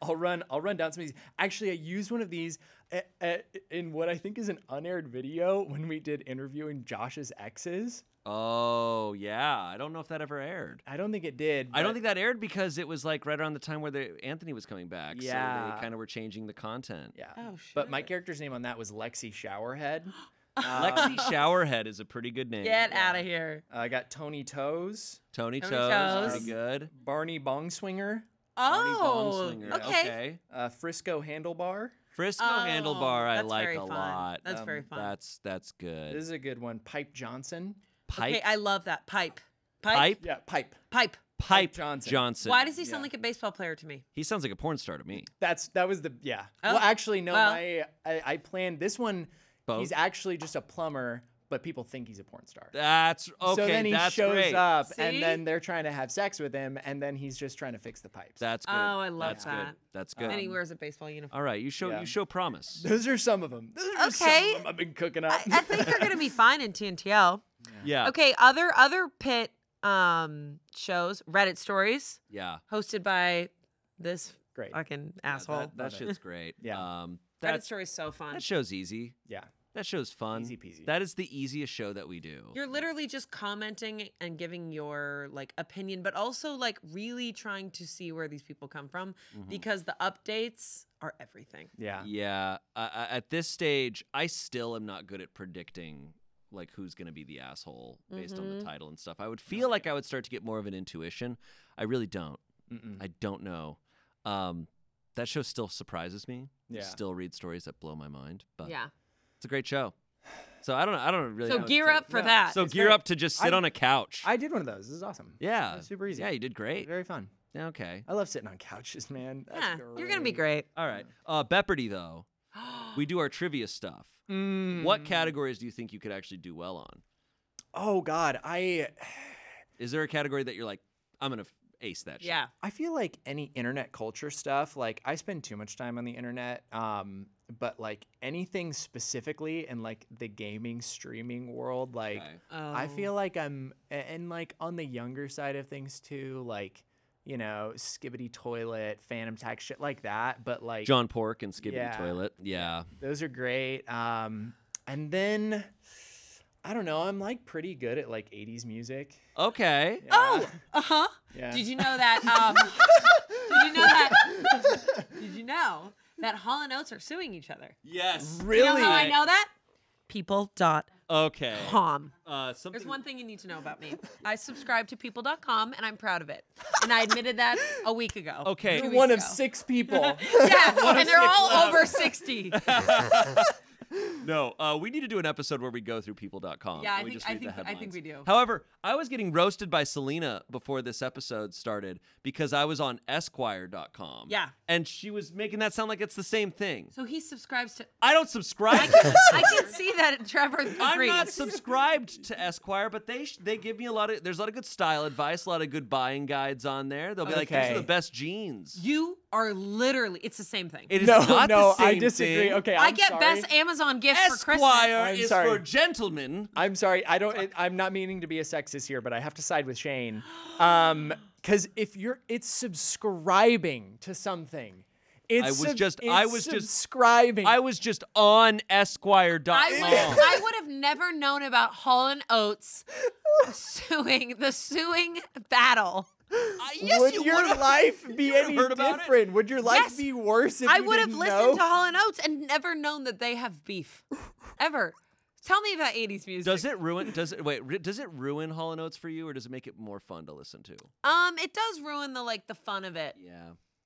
I'll run. I'll run down some of these. Actually, I used one of these uh, uh, in what I think is an unaired video when we did interviewing Josh's exes.
oh yeah, I don't know if that ever aired.
I don't think it did.
I don't
but-
think that aired because it was like right around the time where the Anthony was coming back. so
Yeah.
they kind of were changing the content.
Yeah.
Oh,
But my
shit.
character's name on that was Lexi Showerhead.
Lexi
Uh,
Showerhead is a pretty good name.
Get out of here.
I got Tony Toes,
Tony,
Tony
Toes,
Toes.
pretty good.
Barney Bongswinger,
Barney
Oh,
Bongswinger,
okay.
uh, Frisco Handlebar.
Frisco
Oh,
Handlebar, I
that's
like
very
a
fun.
lot.
That's
Um,
very fun.
That's that's good.
This is a good one. Pipe Johnson.
Pipe,
Okay, I love that. Pipe. Pipe.
pipe,
Yeah, Pipe.
Pipe.
pipe
Johnson.
Johnson.
Why does he sound
yeah.
like a baseball player to me?
He sounds like a porn star to me.
That's that was the yeah.
Oh,
well, actually, no.
well.
My I, I planned this one.
Both?
He's actually just a plumber, but people think he's a porn star.
That's okay.
so then he
that's
shows
great.
up,
See?
and then they're trying to have sex with him, and then he's just trying to fix the pipes.
That's good.
Oh, I love
that's
that.
Good. That's good.
and he wears a baseball uniform.
All right, you show
Yeah.
you show promise.
Those are some of them. Those are just some of
Okay.
them I've been cooking up.
I, I think you're gonna be fine in TNTL.
Yeah.
Okay, other other pit um shows, Reddit stories.
Yeah.
hosted by this
Great.
fucking
That-
asshole.
That, that
Love it.
shit's great.
Yeah.
Um
Reddit
that's,
story is so fun.
that show's easy.
Yeah.
That show's fun.
Easy peasy.
That is the easiest show that we do.
You're literally just commenting and giving your like opinion, but also like really trying to see where these people come from
Uh-huh.
because the updates are everything.
Mm-hmm. Yeah.
yeah. I- I- at this stage, I still am not good at predicting like who's going to be the asshole based on the
Mhm.
title and stuff. I would feel like I would start to get more of an intuition. I really don't.
Mm-mm.
I don't know. Um that show still surprises me. I
Yeah.
Still read stories that blow my mind, but
yeah.
It's a great show. So I don't know. I don't really.
So
know what to
gear
say.
up for
No,
that.
So
It's
gear
very-
up to just sit
I-
on a couch.
I did one of those. This is awesome.
yeah.
It was super easy.
Yeah, you did
It was
great.
very fun.
Yeah, Okay.
I love sitting on couches, man. That's
yeah, you're gonna be great.
All right. Uh, Bepperdy though, we do our trivia stuff. What
Mm.
categories do you think you could actually do well on?
Oh God, I
Is there a category that you're like, I'm gonna f- ace that? shit?
Yeah.
I feel like any internet culture stuff. Like I spend too much time on the internet. Um, but like anything specifically in like the gaming streaming world, like
Okay.
Oh.
I feel like I'm a- and like on the younger side of things too, like you know, skibbity toilet, phantom tax, shit like that. But like
John Pork and Skibbity
Yeah.
Toilet. Yeah.
Those are great. Um, and then I don't know. I'm like pretty good at like 80s music.
Okay.
Oh, uh huh.
Yeah.
Did you know that? Um, did you know that? Did you know that Hall and Oates are suing each other?
Yes.
Really?
You know how I
Really?
know that? People.com.
Okay. Uh, something.
There's one thing you need to know about me. I subscribe to people.com and I'm proud of it. And I admitted that a week ago.
Okay.
Two
You're
weeks
One of
ago.
six people.
Yeah,
of
and they're
six
all
left.
over 60.
No, uh, we need to do an episode where we go through people.com.
Yeah, I
and we
think-
just
I
read the
think- I think
headlines.
we do.
However, I was getting roasted by Selena before this episode started because I was on Esquire.com.
Yeah.
And she was making that sound like it's the same thing.
So he subscribes to.
I don't subscribe.
I can see that Trevor
I'm not
agrees.
subscribed to Esquire, but they sh- they give me a lot of there's a lot of good style advice, a lot of good buying guides on there. They'll be like, "These are
Okay.
the best jeans."
You are literally. It's the same thing.
It is
no,
not
no,
the same
I disagree.
Thing.
Okay, I'm
I get
sorry.
best Amazon gift for Christmas.
Esquire
I'm
is
sorry.
for gentlemen.
I'm sorry. I don't. It, I'm not meaning to be a sexist here, but I have to side with Shane. Um, because if you're, it's subscribing to something. It's
was
sub-
just- I
it's
was just-
subscribing.
I was just on
I
Esquire.com.
would, I would have never known about Holland Oates suing the suing battle.
I- yes,
would
you
your
would've.
life be
You would've
any
heard about it?
different? Would your life
Yes.
be worse if
I
you
would have
didn't
listened to
know?
Holland Oates and never known that they have beef, ever. Tell me about 80s music.
Does it ruin? Does it wait? ri- Does it ruin Hollow Notes for you, or does it make it more fun to listen to?
Um, it does ruin the like the fun of it.
Yeah,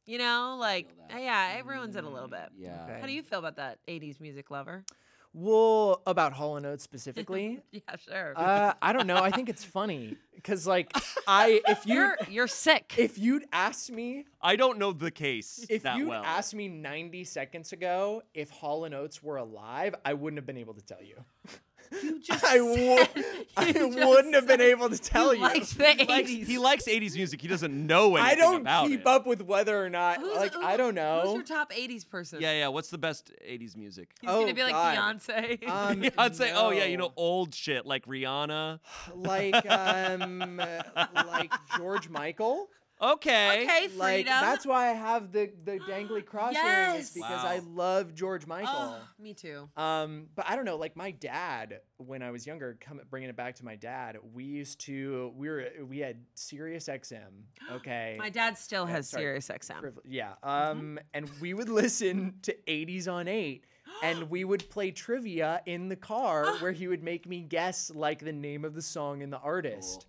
You know, like
that.
yeah, it ruins it a little bit.
yeah.
Uh, Okay.
How do you feel about that 80s music lover?
Well, about Hollow Note specifically.
Yeah, sure.
uh, I don't know. I think it's funny because, like, I if you
you're you're sick.
if you'd asked me
I don't know the case
if
that
you'd
well.
asked me 90 seconds ago if Hall and Oates were alive, I wouldn't have been able to tell you.
you just
I, would, I
just
wouldn't have been
said
able to tell you.
liked the
he, likes,
80s.
he likes 80s music. He doesn't know anything
I don't
about
keep
it.
up with whether or not,
Who's-
like,
who-
I don't
Who's
know.
your top 80s person?
Yeah, yeah. What's the best 80s music?
He's gonna
Oh,
be like
God.
Beyonce.
Um,
I'd say, oh yeah, you
no.
know, old shit like Rihanna.
like um like George Michael.
Okay.
okay, freedom.
Like that's why I have the the dangly crosshairs
Yes.
because
Wow.
I love George Michael.
Ugh, Oh, me too.
Um, but I don't know. Like my dad, when I was younger, come bringing it back to my dad. We used to we were we had Sirius XM. Okay.
My Mm-hmm. dad still has
sorry.
Sirius XM.
Privi- Yeah. Um, and we would listen to 80s on 8 and we would play trivia in the car where he would make me guess like the name of the song and the artist.
Cool.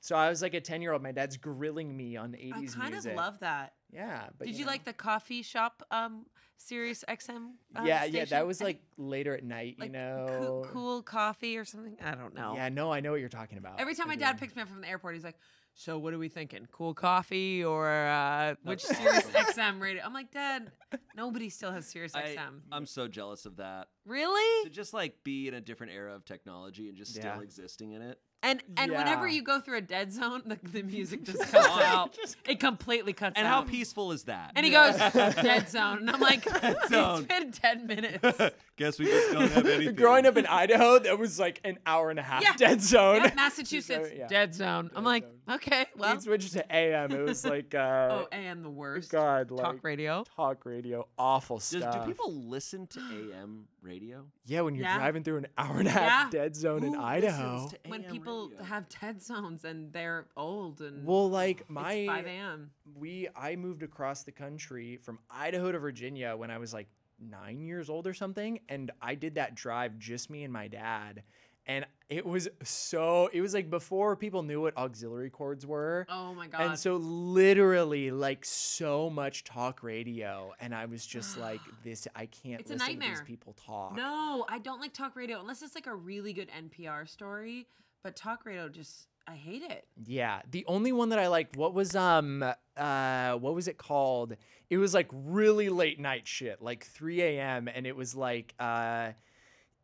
So I was like a 10-year-old my dad's grilling me on 80s
I kind
music.
of love that.
Yeah, but
Did you,
know.
like the coffee shop um Sirius XM? Uh,
Yeah, yeah, that
station?
was
I
like
think,
later at night, you
like,
know.
Cool, cool coffee or something. I don't know.
Yeah, no, I know what you're talking about.
Every time
I
my
do.
dad picks me up from the airport, he's like, "So what are we thinking? Cool coffee or uh, which Sirius XM radio?" I'm like, "Dad, nobody still has Sirius
I,
XM.
I'm so jealous of that. To
really?"
just like be in a different era of technology and just still
Yeah.
existing in it.
And and whenever
Yeah.
you go through a dead zone, the, the music just cuts
gone.
out. It completely cuts
And how
out.
peaceful is that?
And he goes, "Dead zone," and I'm like,
zone.
"It's been ten minutes."
Guess we just don't have anything.
Growing up in Idaho, that was like an hour and a half
Yeah.
dead zone.
Yeah, Massachusetts,
yeah.
dead zone. I'm like,
zone.
okay, well,
We'd switch to AM. It was like uh,
oh, and the worst.
God,
Talk
like
radio.
talk radio, awful
Does,
stuff.
do people listen to AM radio?
Yeah, when you're
Yeah.
driving through an hour and a half
Yeah.
dead zone in
Who
Idaho.
listens to
When
AM
people
radio?
have dead zones and they're old and
Well, like
it's 5
my
a.m.
we I moved across the country from Idaho to Virginia when I was like 9 years old or something and I did that drive just me and my dad and it was so it was like before people knew what auxiliary cords were.
Oh my god.
And so literally like so much talk radio and I was just like this I can't
It's a
listen to these
nightmare.
people talk.
no, I don't like talk radio unless it's like a really good NPR story. But talk radio, just I hate it.
Yeah, the only one that I liked. What was um uh what was it called? It was like really late night shit, like 3 a.m. and it was like uh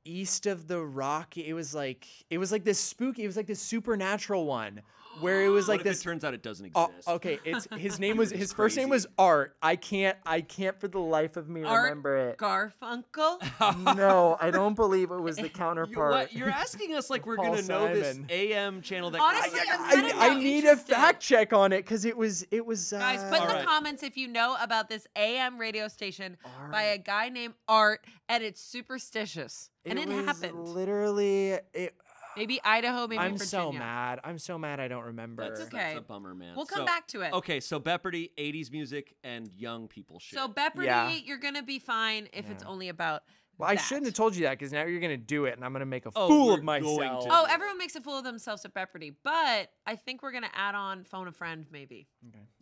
east of the Rocky. It was like it was like this spooky. It was like this supernatural one where it was
What
like
if
this.
It turns out it doesn't
Oh,
exist.
okay, it's his name was
It's
his first name was
crazy.
Art. I can't I can't for the life of me
Art
remember it.
Garfunkel.
no, I don't believe it was the counterpart.
You're, what, you're asking us like we're
Paul
gonna know this
Simon.
AM channel that
Honestly,
I-
I'm
I,
not
I need a
interested.
fact check on it because it was it was uh,
Guys, put in the
Alright.
comments if you know about this AM radio station by a guy named Art, and it's superstitious, and it,
was
happened.
Literally, it,
maybe Idaho, maybe
I'm
Virginia.
so mad. I'm so mad. I don't remember.
that's,
okay.
that's a bummer, man.
We'll come
So-
back to it.
Okay, so Beppardy, 80s music and young people shit.
So Beppardy,
Yeah.
you're gonna be fine if it's
Yeah.
only about.
Well, I shouldn't have
that.
told you that because now you're gonna do it, and I'm gonna make a
Oh,
fool
we're
of myself.
going to.
Oh, everyone makes a fool of themselves at Beppardy, but I think we're gonna add on phone a friend maybe.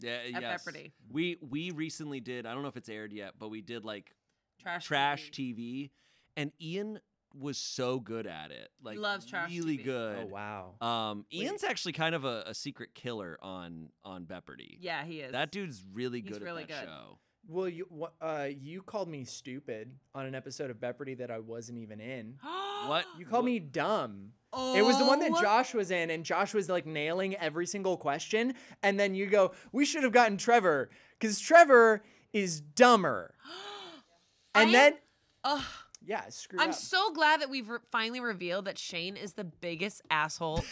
yeah,
at
yes.
Beppardy.
We we recently did. I don't know if it's aired yet, but we did like
Trash.
trash TV, and Ian was so good at it. Like
Loves trash
really
TV.
good.
Oh wow.
Um,
Wait.
Ian's actually kind of a, a secret killer on on Beppardy.
Yeah, he is.
that dude's really
He's
good at
really
that
good.
show.
Well, you wha- uh, you called me stupid on an episode of Beppardy that I wasn't even in.
What?
You called
What-
me dumb.
Oh,
It was the one that Josh was in, and Josh was like nailing every single question. And then you go, "We should have gotten Trevor, because Trevor is dumber."
I Oh,
And
am-
then,
Ugh.
yeah, screw
I'm
up.
so glad that we've re- finally revealed that Shane is the biggest asshole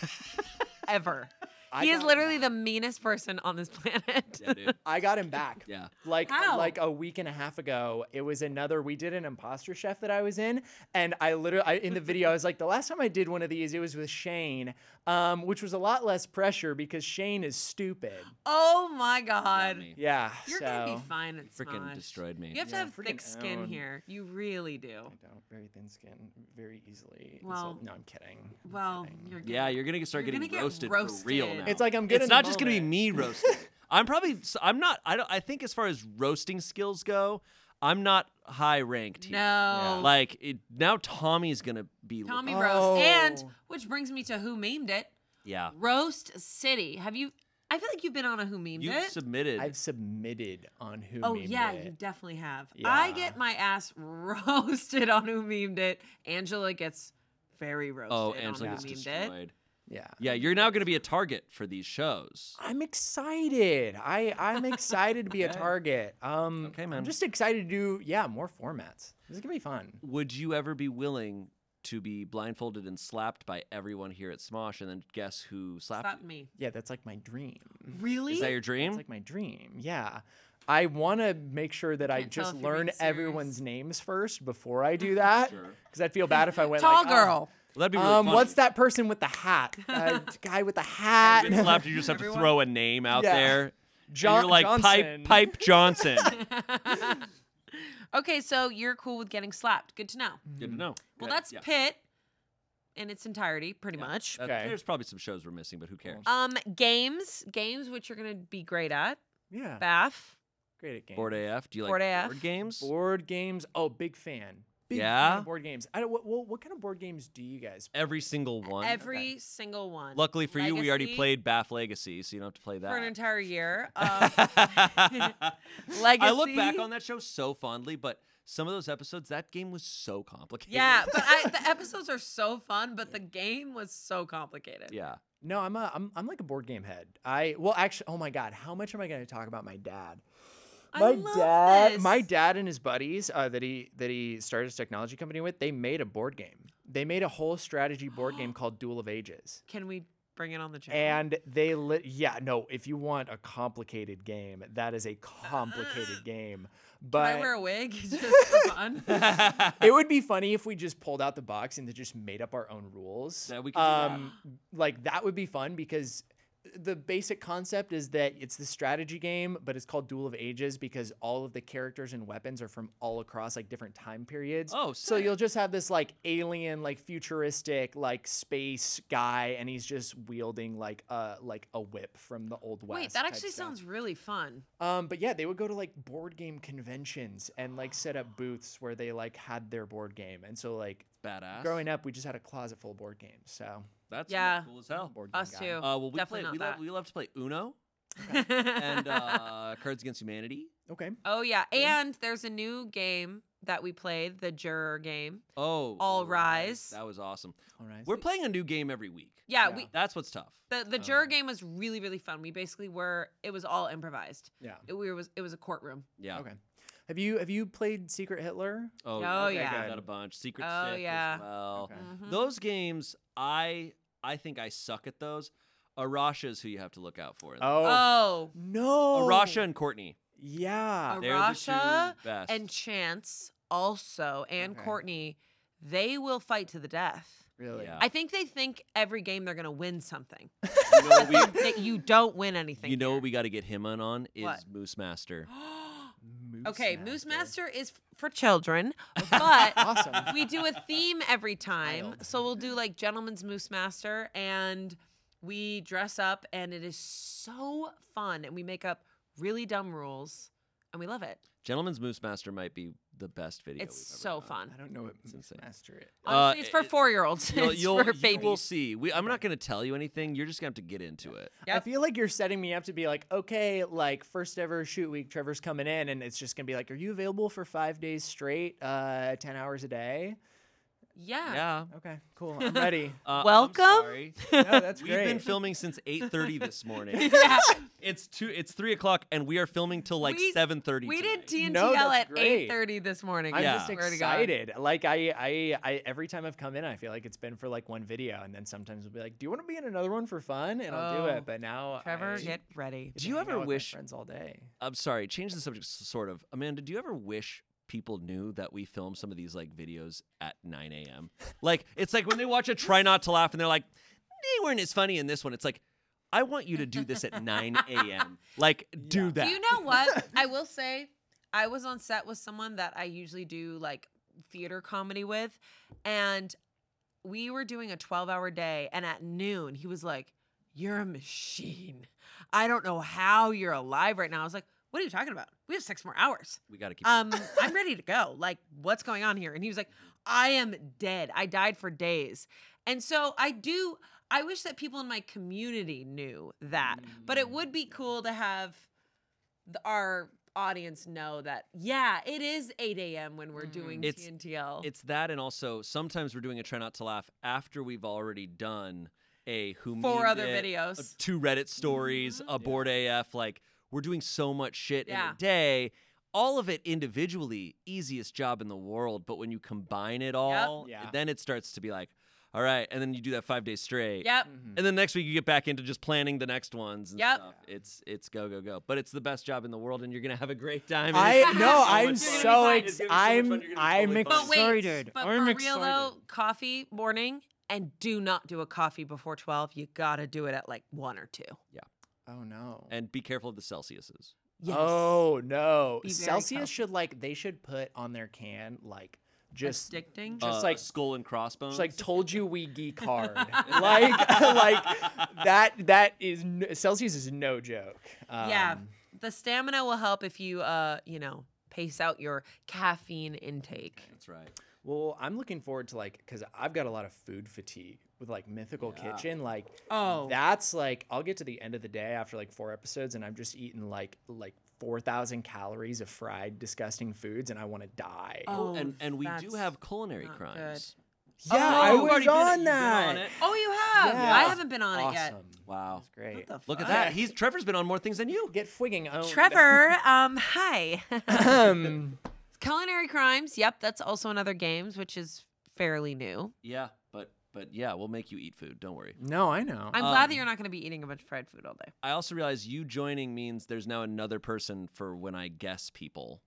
ever.
I
he is
got
literally
him
the
back.
meanest person on this planet.
Yeah, dude.
I got him back.
Yeah.
Like
How?
like a week and a half ago, it was another. We did an imposter chef that I was in, and I literally I, in the video I was like, the last time I did one of these, it was with Shane, um, which was a lot less pressure because Shane is stupid.
oh my god.
Got me.
Yeah,
You're
so
gonna be fine at
Freaking
Smosh.
destroyed me.
You have to
Yeah,
have
freaking
thick skin
own.
here. You really do.
I don't very thin skin very easily. and so-
Well-
no, I'm kidding. I'm
Well,
kidding.
you're
Yeah,
getting-
you're gonna start
You're
getting
gonna get
roasted, for real
roasted.
now.
it's like I'm good.
it's
in the
not just gonna be
moment.
me roasted. I'm probably. I'm not. I don't. I think as far as roasting skills go, I'm not high ranked here.
No.
Like it, now, Tommy's gonna be. looking-
Tommy Roast. And
Oh.
which brings me to who memed it.
Yeah.
Roast City. Have you I feel like you've been on a who memed
You
it.
submitted.
I've submitted on who.
Oh
memed
yeah,
it.
you definitely have. I
Yeah.
get my ass roasted on who memed it. Angela gets very roasted
oh,
on
Angela
who
gets
memed it.
destroyed.
yeah.
Yeah, you're now gonna be a target for these shows.
I'm excited. I I'm excited to be a
Okay.
target. Um,
Okay,
I'm
man.
just excited to do yeah more formats. This is gonna be fun.
Would you ever be willing to be blindfolded and slapped by everyone here at Smosh, and then guess who slapped?
Stop
you? Mm.
me.
Yeah, that's like my dream.
Really?
Is that your
It's
dream?
like my dream. Yeah. I want to make sure that I
Can't tell
just
if you're being
learn
serious.
everyone's names first before I do that.
Sure.
Because I'd feel bad if I went
Tall
like, oh,
girl.
That'd be really
Um,
funny.
what's that person with the hat? Uh, t- guy with the
You
hat.
get slapped, you just have to
Everyone-
throw a name out
Yeah.
there.
John
and you're like
Johnson.
pipe pipe Johnson.
okay, so you're cool with getting slapped. Good to know.
Mm.
Good to know.
Well,
Good.
that's
Yeah.
Pit in its entirety, pretty much.
That-
Okay.
There's probably some shows we're missing, but who cares?
Um, games, games, which you're gonna be great at.
Uh,
Yeah,
Bath.
great at games.
Board AF. Do you like
Board AF.
board games?
Board games. Oh, big fan. Big fan
Yeah?
of board games. I don't, what, what, what kind of board games do you guys?
Every single one.
Every single one.
Luckily for you, we already
Legacy
played Bath Legacy, so you don't have to play
for an
that.
entire year. Um, legacy.
I look back on that show so fondly, but some of those episodes, that game was so complicated.
Yeah, but I, the episodes are so fun, but the game was so complicated.
yeah.
No, I'm a I'm I'm like a board game head. I well actually oh my god, how much am I going to talk about my dad?
I
My
love
dad,
this.
my dad and his buddies uh, that he that he started his technology company with, they made a board game. They made a whole strategy board game called Duel of Ages.
Can we bring it on the channel?
And they lit yeah, no, if you want a complicated game, that is a complicated game.
Can
But
I wear a wig just for fun?
it would be funny if we just pulled out the box and just made up our own rules. Um,
That we could do that.
like that would be fun because the basic concept is that it's the strategy game, but it's called Duel of Ages because all of the characters and weapons are from all across like different time periods.
Oh,
so
sick.
you'll just have this like alien, like futuristic, like space guy, and he's just wielding like a like a whip from the old west.
Wait, that
type
actually
stuff.
sounds really fun.
Um, but yeah, they would go to like board game conventions and like set up booths where they like had their board game. And so like
Badass.
growing up, we just had a closet full of board games. So
That's
Yeah.
cool as hell.
board game
Us
guy.
too.
Uh, well, we
Definitely
play. We
not
love,
that.
we love to play Uno and uh, Cards Against Humanity.
Okay.
oh yeah, and there's a new game that we played, the juror game.
Oh,
All Rise.
That was awesome.
All right.
We're playing a new game every week.
Yeah,
Yeah.
we
That's what's tough.
the the juror
Um,
game was really really fun. We basically were it was all improvised.
yeah.
It we was it was a courtroom.
Yeah.
Okay. Have you have you played Secret Hitler?
Oh,
Oh,
okay,
yeah.
Got a bunch. Secret
Oh,
Sith
yeah.
as well.
Okay.
Mhm.
Those games, I I think I suck at those. Arasha's who you have to look out for.
Oh
Oh,
no.
Arasha and Courtney.
Yeah.
Ar-
They're the
Oh. Arasha
two best.
and Chance also and
Okay.
Courtney, they will fight to the death.
Really.
Yeah.
I think they think every game they're gonna win something.
you know what we,
that you don't win anything.
you know what
here.
we got to get him on on is
What?
Moose Master.
Moose
okay, Moose Master is f- for children, but
awesome.
we do a theme every time.
Wild.
So we'll do like Gentleman's Moose Master and we dress up and it is so fun and we make up really dumb rules and we love it.
Gentleman's Moose Master might be the best video.
It's
we've ever
so
done.
fun.
I don't know what
It's insane.
master it.
Honestly, it's for
Uh, it-
four year olds.
You'll,
it's
you'll,
for
you will
babies.
see. We, I'm not going to tell you anything. You're just going to have to get into it.
I
Yep.
feel like you're setting me up to be like, okay, like first ever shoot week, Trevor's coming in, and it's just gonna be like, are you available for five days straight, uh, ten hours a day?
Yeah.
Yeah.
Okay, cool, I'm ready.
Uh, I'm
Welcome.
sorry.
no, that's
We've
great.
been filming since 8:30 this morning.
Yeah.
It's two. It's three o'clock, and we are filming till like
We-
7:30.
we did
tonight.
TNTL
No, that's
at
great.
eight thirty this morning.
I'm
Yeah.
just
Swear to God.
excited. Like I, I, I, every time I've come in, I feel like it's been for like one video, and then sometimes we'll be like, "Do you want to be in another one for fun?" And I'll do
Oh.
it. But now,
Trevor,
I
get ready.
get
Do
to
you
hang
ever
out with my
wish-
friends all day?
I'm sorry. Change the subject, s- sort of. Amanda, do you ever wish people knew that we film some of these like videos at 9 a.m.? Like it's like when they watch a try not to laugh, and they're like, "They weren't as funny in this one." It's like, I want you to do this at 9 a.m. Like do
Yeah.
that.
Do you know what? I will say, I was on set with someone that I usually do like theater comedy with, and we were doing a 12 hour day. And at noon, he was like, You're a machine. I don't know how you're alive right now. I was like, What are you talking about? We have six more hours.
we got to keep.
Um, I'm ready to go. Like, what's going on here? And he was like, I am dead. I died for days. And so I do, I wish that people in my community knew that but it would be cool to have the, our audience know that yeah it is 8 a.m when we're
Mm.
doing
It's-
tntl
It's that, and also sometimes we're doing a try not to laugh after we've already done a who
four
memed
other
it, uh,
videos
two Reddit stories,
Mm-hmm.
Mhm.
a board AF. Like we're doing so much shit in
Yeah.
a day. All of it individually, easiest job in the world. But when you combine it all,
Yeah.
then it starts to be like, all right, and then you do that five days straight.
yep
Mm-hmm.
And then next week you get back into just planning the next ones and
Yep.
stuff. It's it's go go go, but it's the best job in the world, and you're gonna have a great time. and
I
it's gonna be
no,
so
I'm
much fun.
so
It's
gonna be so
excited.
much fun.
I'm
You're gonna be totally fine.
I'm
but wait
excited.
but
I'm
for
excited.
real though coffee morning and do not do a coffee before 12 you gotta do it at like one or two
Oh no.
And be careful of the Celsiuses.
yes
Oh no.
Be very
Celsius
careful.
should like they should put on their can like just
addicting
just
Uh,
like-
skull and crossbones.
It's like told you we geek hard. like like that that is n Celsius is no joke.
Yeah.
Um,
the stamina will help if you uh you know pace out your caffeine intake
That's right.
Well, I'm looking forward to like cuz I've got a lot of food fatigue with like Mythical
Yeah.
Kitchen like
oh
that's like I'll get to the end of the day after like four episodes and I'm just eating like like 4000 calories of fried disgusting foods and I want to die.
Oh,
and and we do
that's
have culinary
not good.
crimes.
yeah,
Oh,
I
you've
already
was
been-
on
you've been
that.
on it.
oh you have
Yeah.
i haven't been on
awesome.
it yet
Wow.
That's great.
What the
Look at
fuck?
that. He's Trevor's been on more things than you.
Get frigging
Oh,
owned.
Trevor, um, hi.
Um,
Culinary crimes. Yep, that's also another games, which is fairly new.
Yeah, but but yeah, we'll make you eat food. Don't worry.
no, I know.
I'm glad that
Um,
you're not going to be eating a bunch of fried food all day.
I also realize you joining means there's now another person for when I guess people.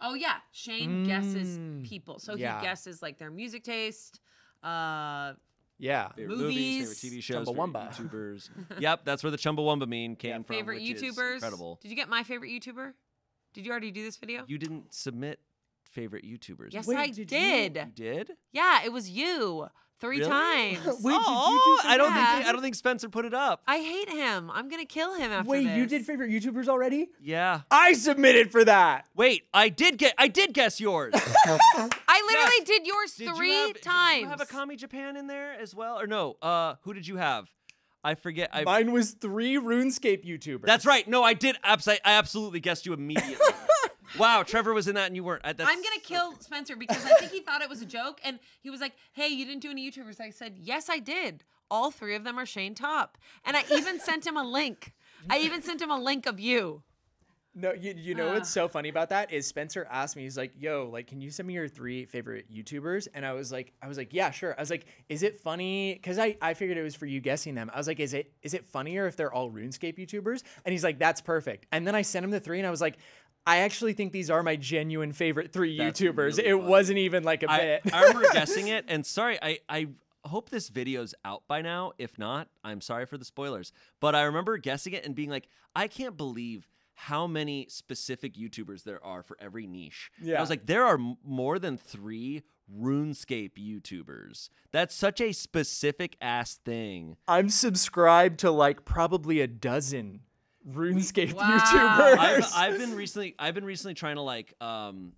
Oh yeah, Shane guesses
Mm,
people, so
yeah.
he guesses like their music taste. Uh,
yeah.
Favorite movies,
Movies.
favorite TV shows, favorite
Chumbawamba.
YouTubers. yep, that's where the Chumbawamba meme came from.
favorite
which is
YouTubers.
incredible.
Did you get my favorite YouTuber? Did you already do this video?
You didn't submit favorite YouTubers.
yes,
Wait,
I
did you-
did.
You did?
Yeah, it was you three
Really?
times.
Wait, did you
oh,
do
I don't
something?
think I don't think Spencer put it up.
I hate him. I'm gonna kill him after
Wait, you
this.
did favorite YouTubers already?
Yeah.
I submitted for that.
Wait, I did get I did guess yours.
I literally did yours
Did you
three
have-
times.
Did you have a Kami Japan in there as well, or no? Uh, who did you have? I forget. I,
Mine was three RuneScape YouTubers.
that's right. No, I did. Abs- I absolutely guessed you immediately. wow, Trevor was in that, and you weren't. I, that's,
I'm gonna kill Spencer because I think he thought it was a joke, and he was like, "Hey, you didn't do any YouTubers." I said, "Yes, I did. All three of them are Shane Top," and I even sent him a link. I even sent him a link of you.
No, you, you know what's so funny about that is Spencer asked me, he's like, yo, like, can you send me your three favorite YouTubers? And I was like, I was like, yeah, sure. I was like, is it funny? Cause I, I figured it was for you guessing them. I was like, is it, is it funnier if they're all RuneScape YouTubers? And he's like, that's perfect. And then I sent him the three and I was like, I actually think these are my genuine favorite three
That's
YouTubers.
really
it
funny.
wasn't even like a
I,
bit.
I remember guessing it, and sorry, I, I hope this video's out by now. If not, I'm sorry for the spoilers. But I remember guessing it and being like, I can't believe how many specific YouTubers there are for every niche. And I
Yeah.
was like, there are m- more than three RuneScape YouTubers. That's such a specific ass thing.
I'm subscribed to like probably a dozen RuneScape
Wow.
YouTubers.
I've, I've been recently I've been recently trying to like um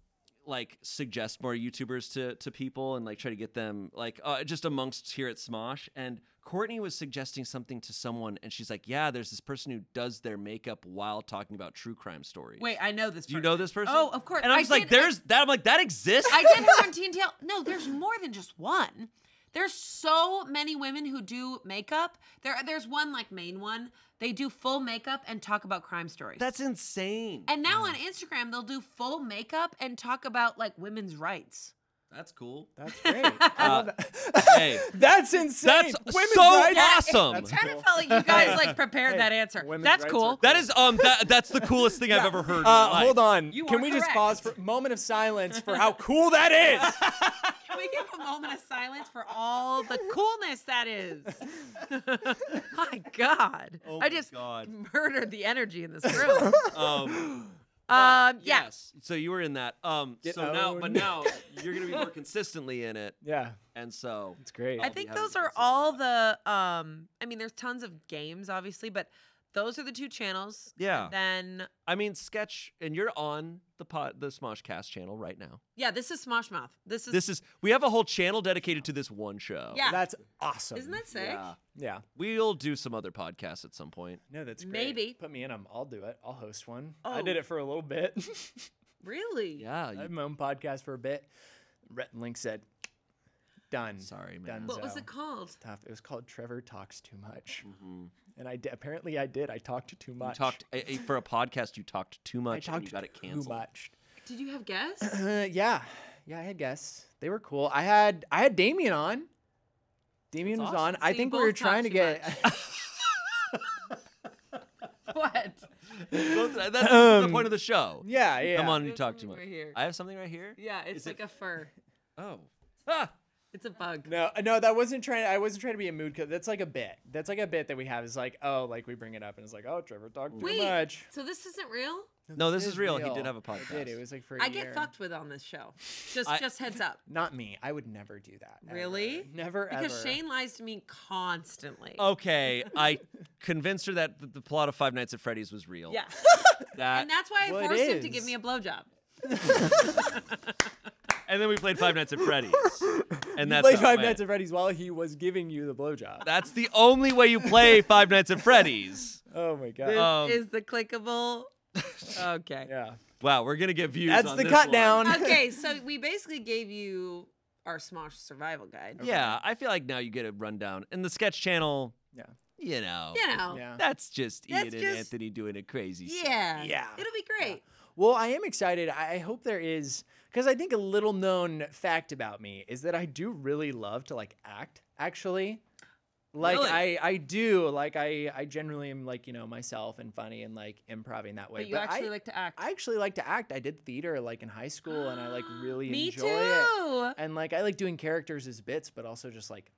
like suggest more YouTubers to to people and like try to get them like uh, just amongst here at Smosh. And Courtney was suggesting something to someone, and she's like, "Yeah, there's this person who does their makeup while talking about true crime stories."
Wait, I know this.
do you
person.
know this person?
Oh, of course.
And I was like,
did- I-
"There's that." I'm like, "That exists."
I did her on Teen Tail. No, there's more than just one. There's so many women who do makeup. There, there's one like main one. They do full makeup and talk about crime stories.
That's Mm. insane.
and now on Instagram, they'll do full makeup and talk about like women's rights.
That's cool.
That's great. I love that.
hey.
that's insane.
That's
Women's
so
rights.
awesome.
That's
Kind
cool.
of felt like you guys like prepared
Hey,
that answer.
women's
That's
rights
cool.
are
That is um that that's the coolest thing I've ever heard. in my
Uh,
life.
hold on.
You
Can
are
we just
correct.
pause for a moment of silence for how cool that is?
Can we give a moment of silence for all the coolness that is? my God.
Oh my
I just
God.
murdered the energy in this room.
Um,
um, yeah.
Yes. So you were in that. Um.
Get
so now, but
owned.
now you're gonna be more consistently in it,
yeah,
and so
it's great.
I
I'll be
think
having
those
to
are
consider
all the um I mean there's tons of games obviously, but those are the two channels.
yeah.
Then
I mean, sketch, and you're on the pot, the Smoshcast channel right now.
yeah, this is Smosh Mouth. This is
This is we have a whole channel dedicated to this one show.
Yeah.
That's awesome.
isn't that sick?
Yeah.
Yeah.
We'll do some other podcasts at some point.
No, that's great.
Maybe.
Put me in them. I'll do it. I'll host one. I
Oh.
did it for a little bit.
Really?
Yeah.
I
you-
had my own podcast for a bit. Rhett and Link said, done.
sorry, man.
Done.
What was
So-
it called?
Tough. It was called Trevor Talks Too Much.
Mhm.
And I d- apparently I did. I Mm-hmm. talked too
You
much.
talked I, I- for a podcast. You talked too
I
much. and
talked
you got it
too
canceled.
much.
Did you have guests?
Uh, yeah, yeah, I had guests. They were cool. I had I had Damien on. Damien
That's
was on.
awesome.
I
So you
think we
both
were
talked
trying to
too
get.
what?
Both- That's the
Um,
point of the show.
yeah,
You
yeah.
Come on, and
We
you
have
talk too
something
much.
right here.
I have something right here.
Yeah, it's like a fur.
Oh. Ah.
It's a bug.
No, no, that wasn't trying. I wasn't trying to be a mood. killer. That's like a bit. That's like a bit that we have. Is like, oh, like we bring it up and it's like, oh, Trevor talked too
Wait.
much.
So this isn't real?
No, Oh, this is real. He did have a
I did.
podcast.
It was like for a
I get
year.
fucked with on this show. Just
I-
just heads up.
Not me. I would never do that. ever.
Really?
Never
Because
ever.
Shane lies to me constantly.
Oh.
Okay, I convinced her that th- the plot of Five Nights at Freddy's was real.
Yeah.
That,
And that's why I
Well, it
forced him to give
is.
me a blowjob.
and then we played Five Nights at Freddy's. And
You
that's
played
how it
Five Nights
went.
at Freddy's while he was giving you the blowjob.
That's the only way you play Five Nights at Freddy's.
Oh my god.
This
Um,
is the clickable. Okay.
yeah.
Wow, we're gonna get views.
That's
on
the
this
cut
one.
down.
Okay, so we basically gave you our Smosh survival guide.
Oh,
Yeah, I feel like now you get a rundown. And the sketch channel,
Yeah.
you know,
You know. Yeah.
Yeah.
that's just
That's
Ian and
just-
Anthony doing a crazy stuff.
Yeah.
Yeah.
It'll be great.
Well, I am excited. I I hope there is because I think a little known fact about me is that I do really love to like act actually. Like
Really?
I I do like I I generally am like, you know, myself and funny and like improving that way.
But you actually
I,
like to act.
I actually like to act. I did theater like in high school and I like really
me
enjoy
too.
it. And like I like doing characters as bits but also just like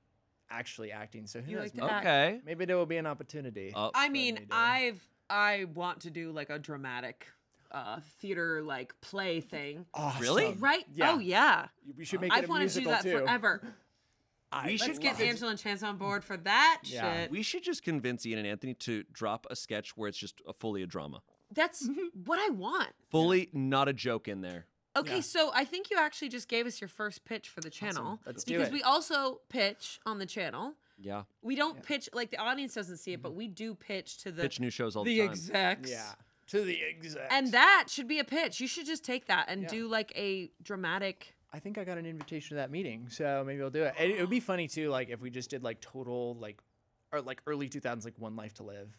actually acting. So who
You
knows?
like to
maybe,
act.
Okay.
maybe there will be an opportunity.
Oh,
I
for me
mean,
to-
I've I want to do like a dramatic uh theater like play thing.
really?
Awesome.
Right?
Yeah.
Oh yeah.
We should make it
I've
a
wanted to do
musical
that
too.
forever.
I
We
Let's
should
get
love it.
Angela and Chance on board for that
Yeah.
shit.
we should just convince Ian and Anthony to drop a sketch where it's just a fully a drama,
That's what I want.
fully not a joke in there.
Okay,
Yeah.
so I think you actually just gave us your first pitch for the channel.
Let's do
because
it.
we also pitch on the channel.
Yeah,
We don't pitch like the audience doesn't see
Mm-hmm.
it, but we do pitch to the
pitch new shows all the,
the
time.
execs.
Yeah. To the exact.
And that should be a pitch. You should just take that and
Yeah.
do like a dramatic.
I think I got an invitation to that meeting, so maybe I'll do it. And it would be funny too, like if we just did like total like, or like early two thousands, like One Life to Live,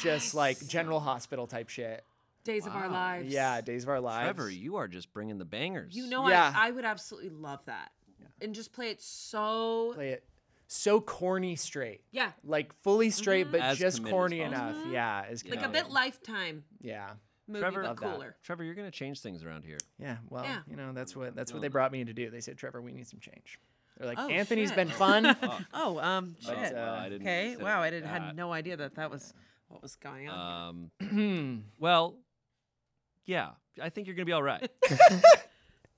just like General Hospital type shit.
Days of our
Wow.
lives.
Yeah, Days of Our Lives.
Trevor, you are just bringing the bangers.
You know,
Yeah.
I, I would absolutely love that. And just play it so.
play it so corny straight,
Yeah.
like fully straight, but
As
just
committed as
corny
possible.
enough. Yeah, as
Like a
Yeah.
committed.
bit lifetime
Yeah,
movie,
Trevor-
but
Love
that.
cooler.
Trevor, you're gonna change things around here.
yeah. Well,
Yeah.
you know that's what that's what they
No.
brought me in to do. They said, Trevor, we need some change. They're like,
Oh,
Anthony's
shit.
been fun.
Oh, um,
Oh,
shit.
wow, I didn't
okay,
consider
wow, I didn't
that.
had no idea that that was what was going on.
Um,
Hmm.
well, yeah, I think you're gonna be all right.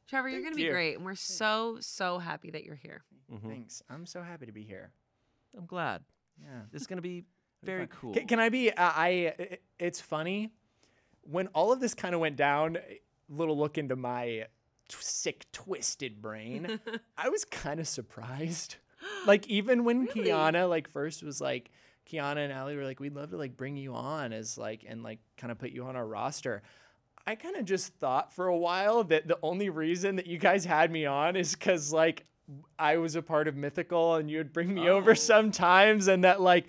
Trevor, you're gonna be
you.
great, and we're so so happy that you're here.
Mhm.
Thanks. I'm so happy to be here.
I'm glad.
Yeah.
It's gonna be very cool.
Can, can I be? Uh, I. i- It's funny when all of this kind of went down. a Little look into my t- sick, twisted brain, I was kind of surprised. Like even when
Really?
Kiana like first was like Kiana and Allie were like, we'd love to like bring you on as like and like kind of put you on our roster. I kind of just thought for a while that the only reason that you guys had me on is because like I was a part of Mythical and you'd bring me
Oh.
over sometimes and that like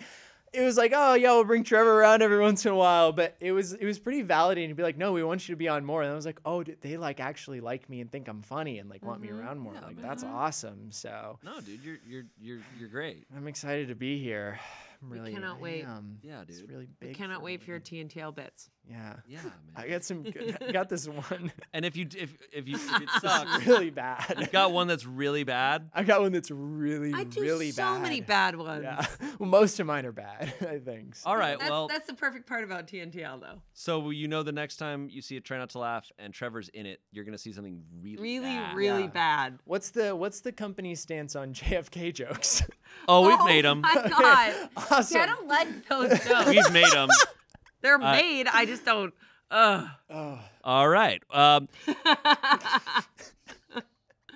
it was like, oh yeah, we'll bring Trevor around every once in a while, but it was it was pretty validating to be like, no, we want you to be on more. And I was like, oh, d- they like actually like me and think I'm funny and like want me
Mhm.
around more.
Mm-hmm. Yeah,
like
man.
that's
Mhm.
awesome. So
No, dude, you're you're you're you're great.
I'm excited to be here. I'm
We
really
cannot
I
wait.
am.
Yeah, dude.
It's really big.
Cannot wait
me.
for your TNTL bits.
Yeah.
yeah, man.
I got some good, I got this one
and if you d- if if you if it
that's
sucks,
really
you've
bad.
got one that's really bad.
I got one that's really
I do
really
so
bad.
many bad ones.
Yeah. Well, most of mine are bad, I think.
All right,
That's,
well,
that's the perfect part about TNTL though.
so you know the next time you see it, try not to laugh. And Trevor's in it, you're gonna see something really,
Really,
bad.
really
Yeah.
bad.
What's the what's the company's stance on JFK jokes?
Oh, we've made
Oh
them.
My God,
awesome.
yeah, I don't like those jokes.
We've made them.
They're
Uh,
made. I just don't. Ugh.
Oh,
All right. Um,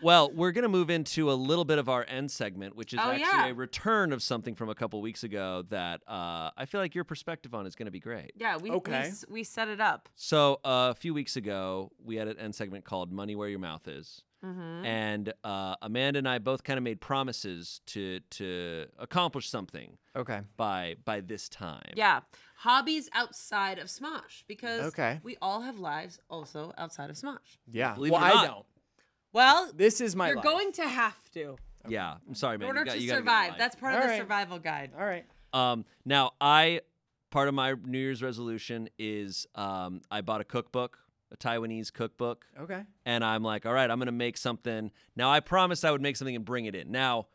well, we're going to move into a little bit of our end segment, which is
Oh,
actually
yeah.
a return of something from a couple weeks ago that uh, I feel like your perspective on is going to be great.
yeah, we, we
Okay.
s- we set it up.
So, uh, a few weeks ago, we had an end segment called Money Where Your Mouth Is.
hmm
And uh, Amanda and I both kind of made promises to to accomplish something
okay.
by by this time.
Yeah, hobbies outside of Smosh because
Okay.
we all have lives also outside of Smosh.
Yeah.
Believe it
well,
or
I
not.
don't.
Well,
This is my
you're
life.
going to have to
Yeah. I'm sorry,
in
man. You
order
got-
to
you gotta get a
survive.
life.
That's part of
All
the
right.
survival guide.
All right.
Um, now I part of my New Year's resolution is um, I bought a cookbook, a Taiwanese cookbook,
Okay.
and I'm like, all right, I'm gonna make something. Now I promised I would make something and bring it in. Now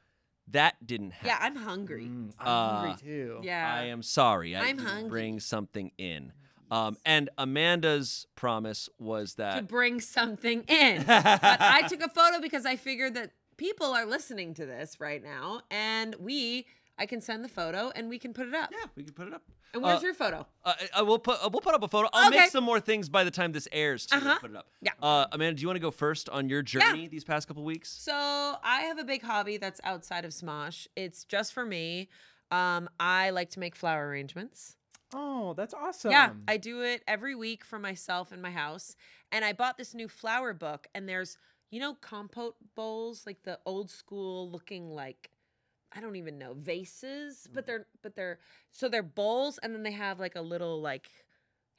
that didn't happen.
Yeah, I'm hungry.
Mm, I'm
Uh,
hungry too.
Yeah,
I am sorry. I
I'm
didn't
hungry.
bring something in. Um, and Amanda's promise was
to
that
bring something in. but I took a photo because I figured that people are listening to this right now, and we, I can send the photo and we can put it up.
yeah, we could put it up.
And where's
Uh,
your photo?
Uh, I- I will put uh, we'll put up a photo. I'll
Okay.
make some more things by the time this airs too. and
Uh-huh.
Put it up.
Yeah.
Uh, Amanda, do you want to go first on your journey these past couple weeks?
So I have a big hobby that's outside of Smosh. It's just for me. Um, I like to make flower arrangements.
Oh, that's awesome.
Yeah, I do it every week for myself in my house. And I bought this new flower book, and there's, you know, compote bowls, like the old school looking like I don't even know, vases, but they're but they're so they're bowls and then they have like a little like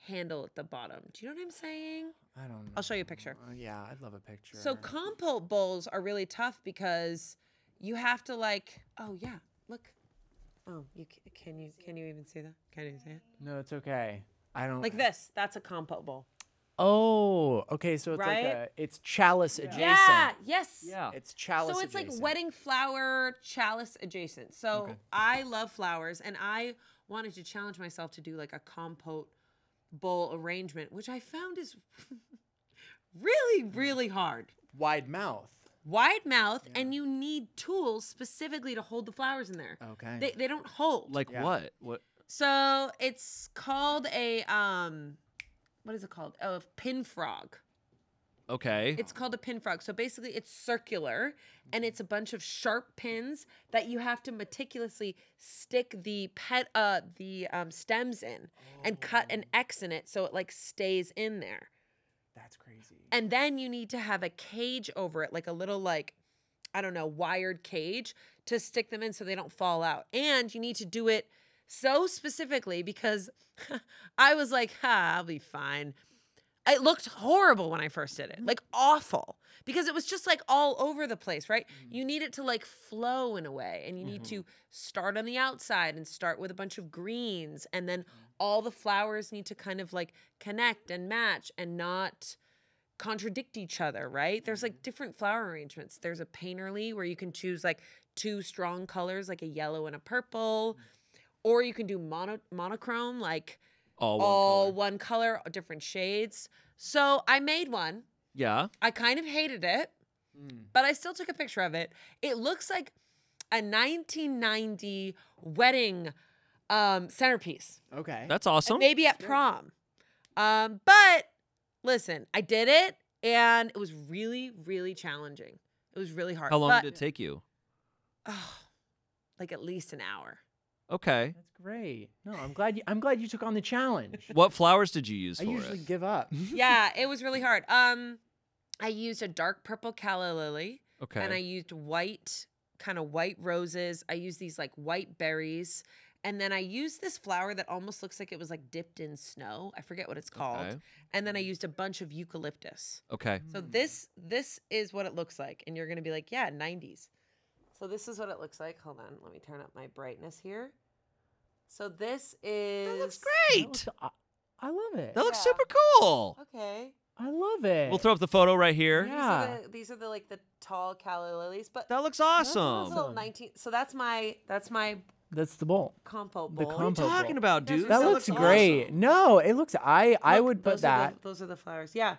handle at the bottom. Do you know what I'm saying?
I don't know.
I'll show you a picture.
Uh, yeah, I'd love a picture.
So compote bowls are really tough because you have to like, oh yeah, look. Oh, you ca- can you can you even see that? Can you see it?
No, it's okay. I don't
Like this. That's a compote bowl.
Oh, okay. So it's
Right?
like a it's chalice adjacent.
Yeah. Yes.
It's chalice.
so it's
adjacent.
like wedding flower chalice adjacent. So
Okay.
I love flowers, and I wanted to challenge myself to do like a compote bowl arrangement, which I found is really, really hard.
wide mouth.
Wide mouth, and you need tools specifically to hold the flowers in there.
Okay.
They, they don't hold.
Like
Yeah.
what? What?
so it's called a um, what is it called? Oh, a pin frog.
Okay.
It's called a pin frog. So basically, it's circular and it's a bunch of sharp pins that you have to meticulously stick the pet uh the um, stems in
Oh,
and cut an X in it so it like stays in there.
that's crazy.
And then you need to have a cage over it, like a little like I don't know wired cage to stick them in so they don't fall out. And you need to do it so specifically because I was like, ha, I'll be fine. It looked horrible when I first did it, like awful, because it was just like all over the place, right? You need it to like flow in a way, and you need to start on the outside and start with a bunch of greens, and then all the flowers need to kind of like connect and match and not contradict each other, right? There's
Mm-hmm.
like different flower arrangements. There's a painterly where you can choose like two strong colors, like a yellow and a purple,
Mm.
or you can do mono- monochrome, like
all one
all
color.
one color, different shades. So I made one.
Yeah.
I kind of hated it,
Hmm.
but I still took a picture of it. It looks like a 1990 wedding um, centerpiece,
Okay.
That's awesome.
maybe at prom. Um, but listen, I did it and it was really, really challenging. It was really hard.
How long
but,
did it take you?
Oh, like at least an hour.
Okay.
That's great. No, I'm glad you. I'm glad you took on the challenge.
What flowers did you use
I
for
usually
it?
give up.
yeah, it was really hard. Um, I used a dark purple calla lily,
okay.
and I used white, kind of white roses. I used these like white berries, and then I used this flower that almost looks like it was like dipped in snow. I forget what it's called.
Okay. Mm-hmm.
And then I used a bunch of eucalyptus.
Okay.
So
Mm.
this this is what it looks like, and you're gonna be like, yeah, 90s. So this is what it looks like. Hold on, let me turn up my brightness here. So this is
That looks
That
great.
looks- I, I love it.
That looks
Yeah.
super cool.
Okay.
I love it.
We'll throw up the photo right here.
Yeah.
These are the, these are the like the tall calla lilies, but
That looks
That's
awesome.
those
awesome.
little 19. So that's my that's my
That's the bowl.
compo
The
bowl.
compo-
What are you talking about,
That's
dude?
what
That
That
looks
looks
great.
awesome.
No, it looks. I I
Look,
would put
those are
that.
the, those are the flowers. Yeah.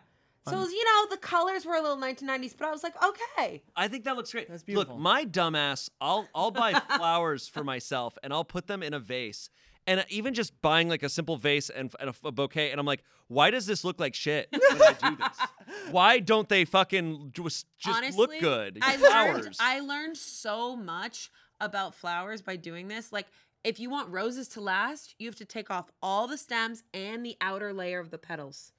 So
On-
it was, you know the colors were a little 1990s, but I was like, okay.
I think that looks great.
That's beautiful.
Look, my dumbass, I'll I'll buy flowers for myself and I'll put them in a vase. And even just buying like a simple vase and, and a, a bouquet, and I'm like, why does this look like shit when I do this? Why don't they fucking just, just look
Honestly,
good?
I
flowers.
learned I learned so much about flowers by doing this. Like if you want roses to last, you have to take off all the stems and the outer layer of the petals.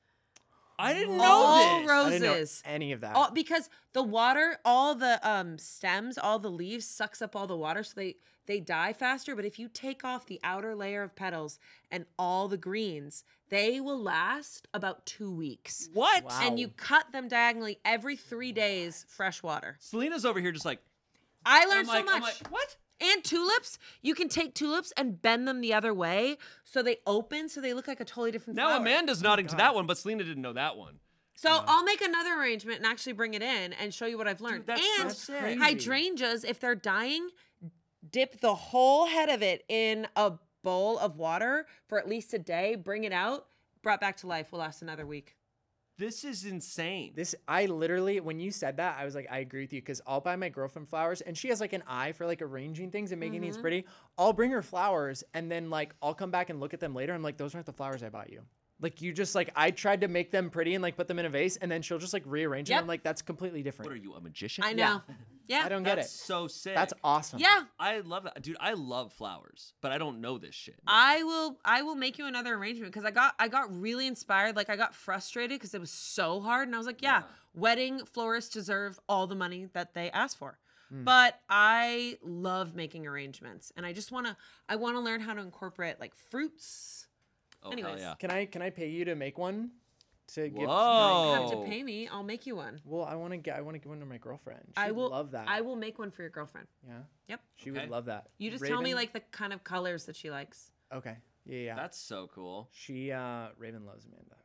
I didn't know
all
this.
rose-
I didn't know
roses.
any of that.
All, because the water, all the um, stems, all the leaves sucks up all the water, so they they die faster. But if you take off the outer layer of petals and all the greens, they will last about two weeks.
What?
Wow.
And you cut them diagonally every three days, fresh water.
Selena's over here just like,
I learned
I'm like,
so
I'm
much.
like, what?
And tulips, you can take tulips and bend them the other way so they open, so they look like a totally different
Now
flower.
Amanda's nodding to that one, but Selena didn't know that one.
So I'll make another arrangement and actually bring it in and show you what I've learned.
that's so
and
sick.
crazy.
hydrangeas, if they're dying, dip the whole head of it in a bowl of water for at least a day, bring it out, brought back to life, will last another week.
This is insane.
This I literally when you said that I was like I agree with you because I'll buy my girlfriend flowers and she has like an eye for like arranging things and making things
Mhm.
pretty. I'll bring her flowers and then like I'll come back and look at them later. I'm like those aren't the flowers I bought you. Like you just like I tried to make them pretty and like put them in a vase and then she'll just like rearrange them.
Yep.
I'm like that's completely different.
what are you, a magician?
I
Yeah.
know. Yeah.
I don't get
That's
it.
so sick.
That's awesome.
yeah.
I love that, dude. I love flowers, but I don't know this shit.
I will I will make you another arrangement because I got I got really inspired. Like I got frustrated because it was so hard. And I was like, yeah,
Yeah.
wedding florists deserve all the money that they ask for.
Mm.
But I love making arrangements and I just wanna I wanna learn how to incorporate like fruits.
oh, hell
anyways.
yeah.
Can I can I pay you to make one? To give.
You
Whoa.
have
Oh.
to pay me, I'll make you one.
Well, I want to get I want to give one to my girlfriend. She
I
would
will-
love that.
I will make one for your girlfriend.
Yeah.
Yep.
She
Okay.
would love that.
You just tell me
Raven-
like the kind of colors that she likes.
Okay. Yeah. Yeah.
That's so cool.
She uh Raven loves Amanda.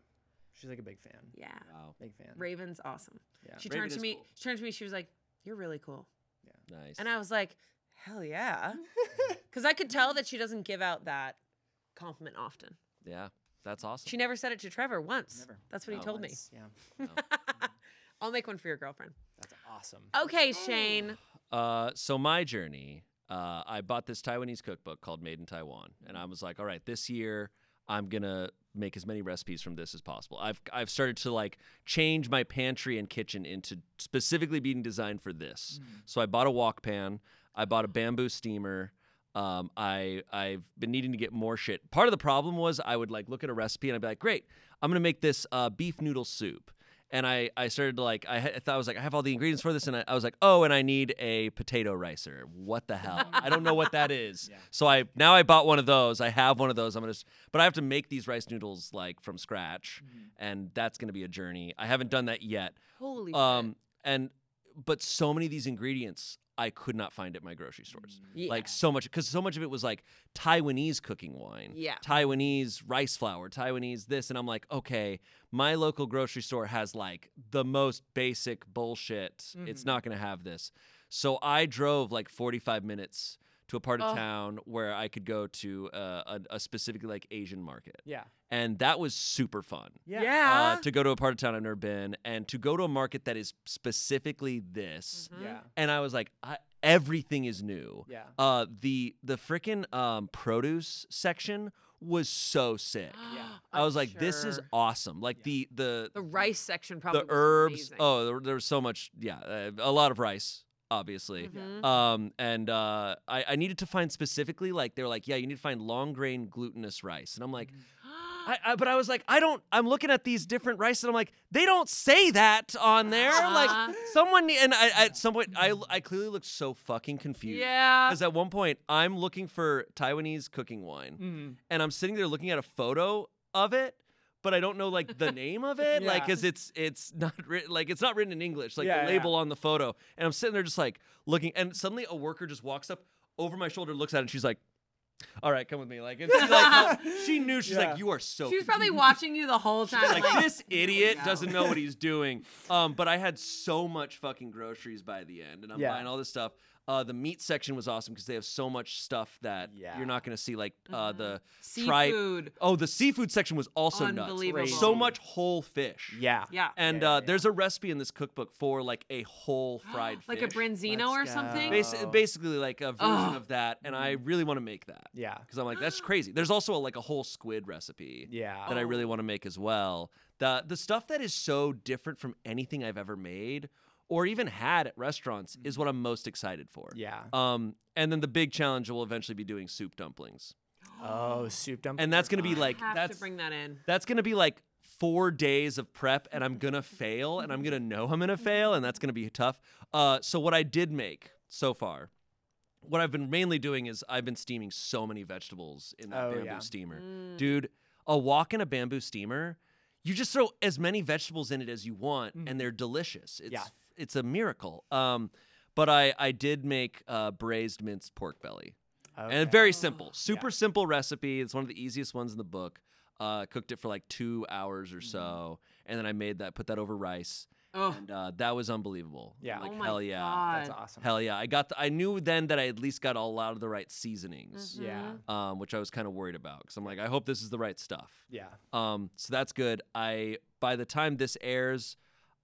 She's like a big fan.
Yeah.
Wow.
Big fan.
Raven's awesome.
Yeah.
She
Raven
turned to
is
me
cool.
she turned to me, she was like, You're really cool.
Nice.
And I was like, hell yeah. Because I could tell that she doesn't give out that compliment often.
yeah, that's awesome.
She never said it to Trevor once.
Never.
That's what he
Not
told
That's- Yeah.
me. I'll make one for your girlfriend.
That's awesome.
Okay, Shane.
Uh, so my journey, uh, I bought this Taiwanese cookbook called Made in Taiwan, and I was like, all right, this year I'm gonna make as many recipes from this as possible. I've I've started to like change my pantry and kitchen into specifically being designed for this.
Mm.
So I bought a wok pan, I bought a bamboo steamer. Um, I I've been needing to get more shit. Part of the problem was I would like look at a recipe and I'd be like, great, I'm gonna make this uh, beef noodle soup and I, I started to like I, ha- I thought I was like I have all the ingredients for this and I, I was like oh and I need a potato ricer what the hell I don't know what that is
Yeah.
so I now I bought one of those I have one of those I'm gonna s- but I have to make these rice noodles like from scratch and that's gonna be a journey I haven't done that yet
Holy
um and but so many of these ingredients I could not find at my grocery stores
shit. Mm, Yeah.
like so much because so much of it was like Taiwanese cooking wine,
Yeah.
Taiwanese rice flour, Taiwanese this, and I'm like, okay, my local grocery store has like the most basic bullshit. It's
Mm-hmm.
Mhm.
not gonna have this. So I drove like 45 minutes to a part of
Oh.
town where I could go to uh, a, a specifically like Asian market,
Yeah.
and that was super fun
Yeah.
uh, to go to a part of town I've never been and to go to a market that is specifically this.
Mhm.
Yeah.
And I was like, I, everything is new
Yeah.
uh the the freaking um produce section was so sick.
Yeah.
I
I'm
was like, this is
sure.
awesome. Like
Yeah.
the the
the rice section probably.
the
was
herbs.
amazing.
Oh, there, there was so much. Yeah, uh, a lot of rice, obviously.
Mhm.
Um, and uh, I, I needed to find specifically like they were like, yeah, you need to find long grain glutinous rice, and I'm like,
Uh,
I, I but I was like, I don't. I'm looking at these different rice, and I'm like, they don't say that on there. Like
Uh-huh.
someone ne- and I at some point I I clearly looked so fucking confused.
yeah.
Because at one point I'm looking for Taiwanese cooking wine,
Mhm.
and I'm sitting there looking at a photo of it, but I don't know like the name of it, like
Yeah.
because it's it's not written like it's not written in English, like
Yeah,
the
yeah.
label on the photo, and I'm sitting there just like looking, and suddenly a worker just walks up over my shoulder, looks at it, and she's like, "All right, come with me." Like, and she, like helped- she knew she's
Yeah.
like, "You are so."
She was probably watching you the whole time.
like this idiot
Yeah.
doesn't know what he's doing. Um, but I had so much fucking groceries by the end, and I'm
Yeah.
buying all this stuff. Uh, the meat section was awesome because they have so much stuff that
Yeah.
you're not gonna see. Like uh,
Mm-hmm.
the tripe.
seafood.
Oh, the seafood section was also nuts.
Unbelievable.
So much whole fish.
Yeah.
Yeah.
And
Yeah, yeah,
uh,
yeah.
there's a recipe in this cookbook for like a whole fried
like
fish.
a branzino or
Let's
something.
go.
Basi- basically like a version
Ugh.
of that, and
Mm.
I really want to make that
Yeah.
because I'm like that's crazy. There's also like a whole squid recipe
Yeah.
that I
Oh.
really want to make as well. The the stuff that is so different from anything I've ever made or even had at restaurants is what I'm most excited for.
Mm. Yeah.
Um, and then the big challenge will eventually be doing soup dumplings,
Oh, soup dumpling.
and that's gonna be
I
like
have
that's
to bring that in.
that's gonna be like four days of prep, and I'm gonna fail, and I'm gonna know I'm gonna fail, and that's gonna be tough. Uh, so what I did make so far. What I've been mainly doing is I've been steaming so many vegetables in that
Oh,
bamboo
yeah.
steamer
Mm.
dude a wok in a bamboo steamer you just throw as many vegetables in it as you want
Mhm.
and they're delicious it's
Yeah.
it's a miracle um but i i did make uh braised minced pork belly and very simple
Oh.
super simple recipe it's one of the easiest ones in the book uh cooked it for like two hours or so
Mm-hmm.
and then i made that put that over rice
Oh,
and uh that was unbelievable
Yeah.
like
oh my
hell yeah
god.
That's awesome.
hell yeah i got the, i knew then that i at least got all out of the right seasonings
Yeah.
Mhm.
um, which I was kind of worried about because I'm like, I hope this is the right stuff.
Yeah.
Um, so that's good. I by the time this airs,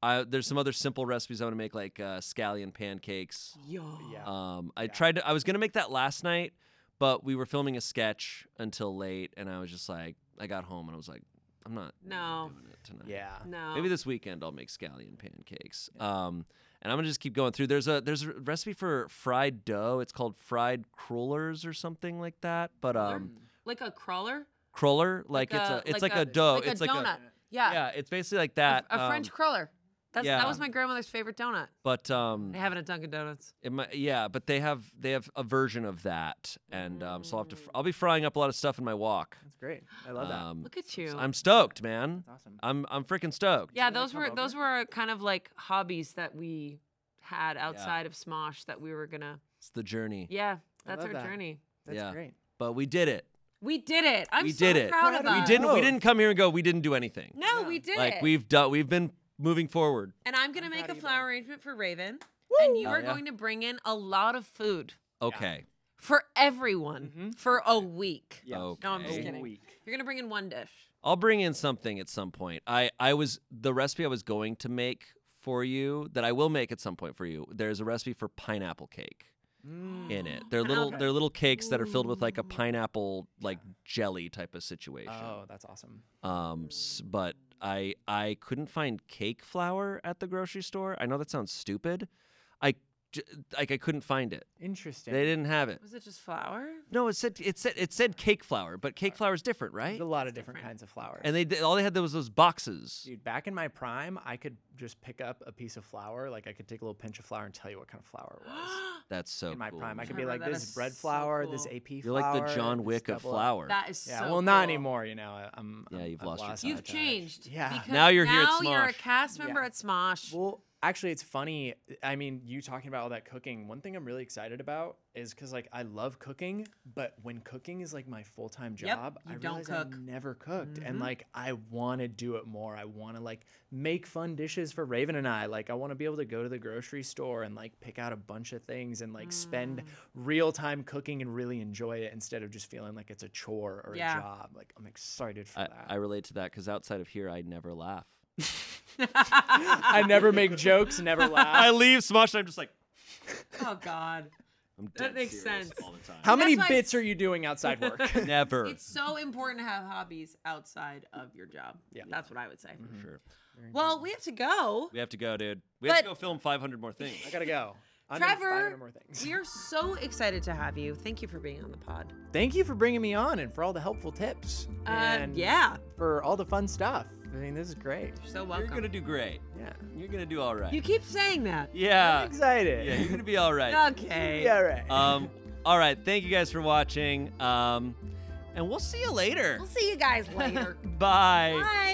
I, there's some other simple recipes I'm gonna make like uh, scallion pancakes.
Yo.
Yeah.
Um, I
Yeah.
tried to, I was gonna make that last night, but we were filming a sketch until late, and I was just like, I got home and I was like, I'm not I'm not
No.
doing it tonight.
Yeah.
No.
Maybe this weekend I'll make scallion pancakes. Um, and I'm gonna just keep going through. There's a there's a recipe for fried dough. It's called fried crullers or something like that. But
Cruller?
um,
like a crawler.
cruller like, it's a it's like, a, dough
Like
it's
a
like
donut.
a
yeah.
yeah it's basically like
A-
that
A, French
um,
crawler. That's
yeah.
that was my grandmother's favorite donut.
but um
I have it at Dunkin' Donuts.
it might, yeah but they have they have a version of that and um so I'll have to fr- I'll be frying up a lot of stuff in my walk
That's great. I love that.
um uh,
Look at you.
I'm stoked man
That's awesome.
I'm I'm freaking stoked
yeah,
wanna
those
come
were
over?
those were kind of like hobbies that we had outside of Smosh that we were gonna.
it's the journey
Yeah, that's
love
our
that.
journey.
That's
yeah.
great.
but we did it
We did it. I'm
We
so
did it.
proud of
Proud
us.
of
we didn't we
Oh.
didn't come here and go we didn't do anything
No,
Yeah.
we did
like
it.
we've done we've been moving forward
and I'm gonna
I'm
make
proud
a
of you both.
flower arrangement for Raven, and you
Oh,
are
yeah?
going to bring in a lot of food
okay
for everyone
Mhm.
for a week.
Yeah.
okay
No, I'm just
A
kidding.
week.
You're gonna bring in one dish.
I'll bring in something at some point. I I was the recipe I was going to make for you that I will make at some point for you. There's a recipe for pineapple cake
Mm.
in it. They're little
Okay.
they're little cakes that are filled with like a
Ooh.
pineapple like jelly type of situation.
Oh, that's awesome.
Um s- but I I couldn't find cake flour at the grocery store. I know that sounds stupid. I j- like I couldn't find it.
Interesting.
They didn't have it.
Was it just flour?
No, it said it said it said cake flour, but cake flour is different,
There's
right?
a lot of different,
different.
kinds of flour.
And they did- all they had there was those boxes.
Dude, back in my prime, I could just pick up a piece of flour. Like I could take a little pinch of flour and tell you what kind of flour it was.
That's so
in my
cool.
prime, I
man.
could be
Trevor,
like,
that
this
is
is bread
so
flour, this
cool.
AP
You're
flour.
like the John
this
Wick of
double up."
flour.
that is
Yeah,
so.
well, not
cool.
anymore. You know, I- I'm.
Yeah,
I'm-
you've
I've
lost your
my
touch.
You've
touch.
changed.
Yeah.
because
Now you're here at
now you're a
Smosh.
cast member
Yeah.
at Smosh.
Well, actually, it's funny. I mean, you talking about all that cooking. One thing I'm really excited about is because, like, I love cooking, but when cooking is like my full time
Yep,
job,
you
I
don't
realize
cook.
I never cooked, and
Mhm.
like, I want to do it more. I want to like make fun dishes for Raven and I. Like, I want to be able to go to the grocery store and like pick out a bunch of things and like
Mm.
spend real time cooking and really enjoy it instead of just feeling like it's a chore or
Yeah.
a job. Like, I'm excited for
I,
that.
I relate to that because outside of here, I never laugh.
I never make jokes, never laugh.
Ah.
leave Smosh, and I'm just like,
oh God.
I'm
That
dead
makes
serious
sense.
all the time.
How
That's
many
why
bits
it's-
are you doing outside work?
Never.
It's so important to have hobbies outside of your job.
Yeah. Mm-hmm.
That's what I would say.
For sure.
Well, we have to go.
We have to go, dude. We have to
But-
go film 500 more things.
I gotta go. I'm in
Trevor,
500 more things.
We are so excited to have you. Thank you for being on the pod.
Thank you for bringing me on and for all the helpful tips.
Uh,
and
yeah,
For all the fun stuff. I mean, this is great.
you're so
You're
welcome.
gonna do great.
Yeah.
You're gonna do all right.
You keep saying that.
yeah.
I'm excited.
Yeah. You're gonna be all right.
Okay.
yeah, right.
Um. All right. Thank you guys for watching. Um. And we'll see you later.
We'll see you guys later.
Bye.
Bye.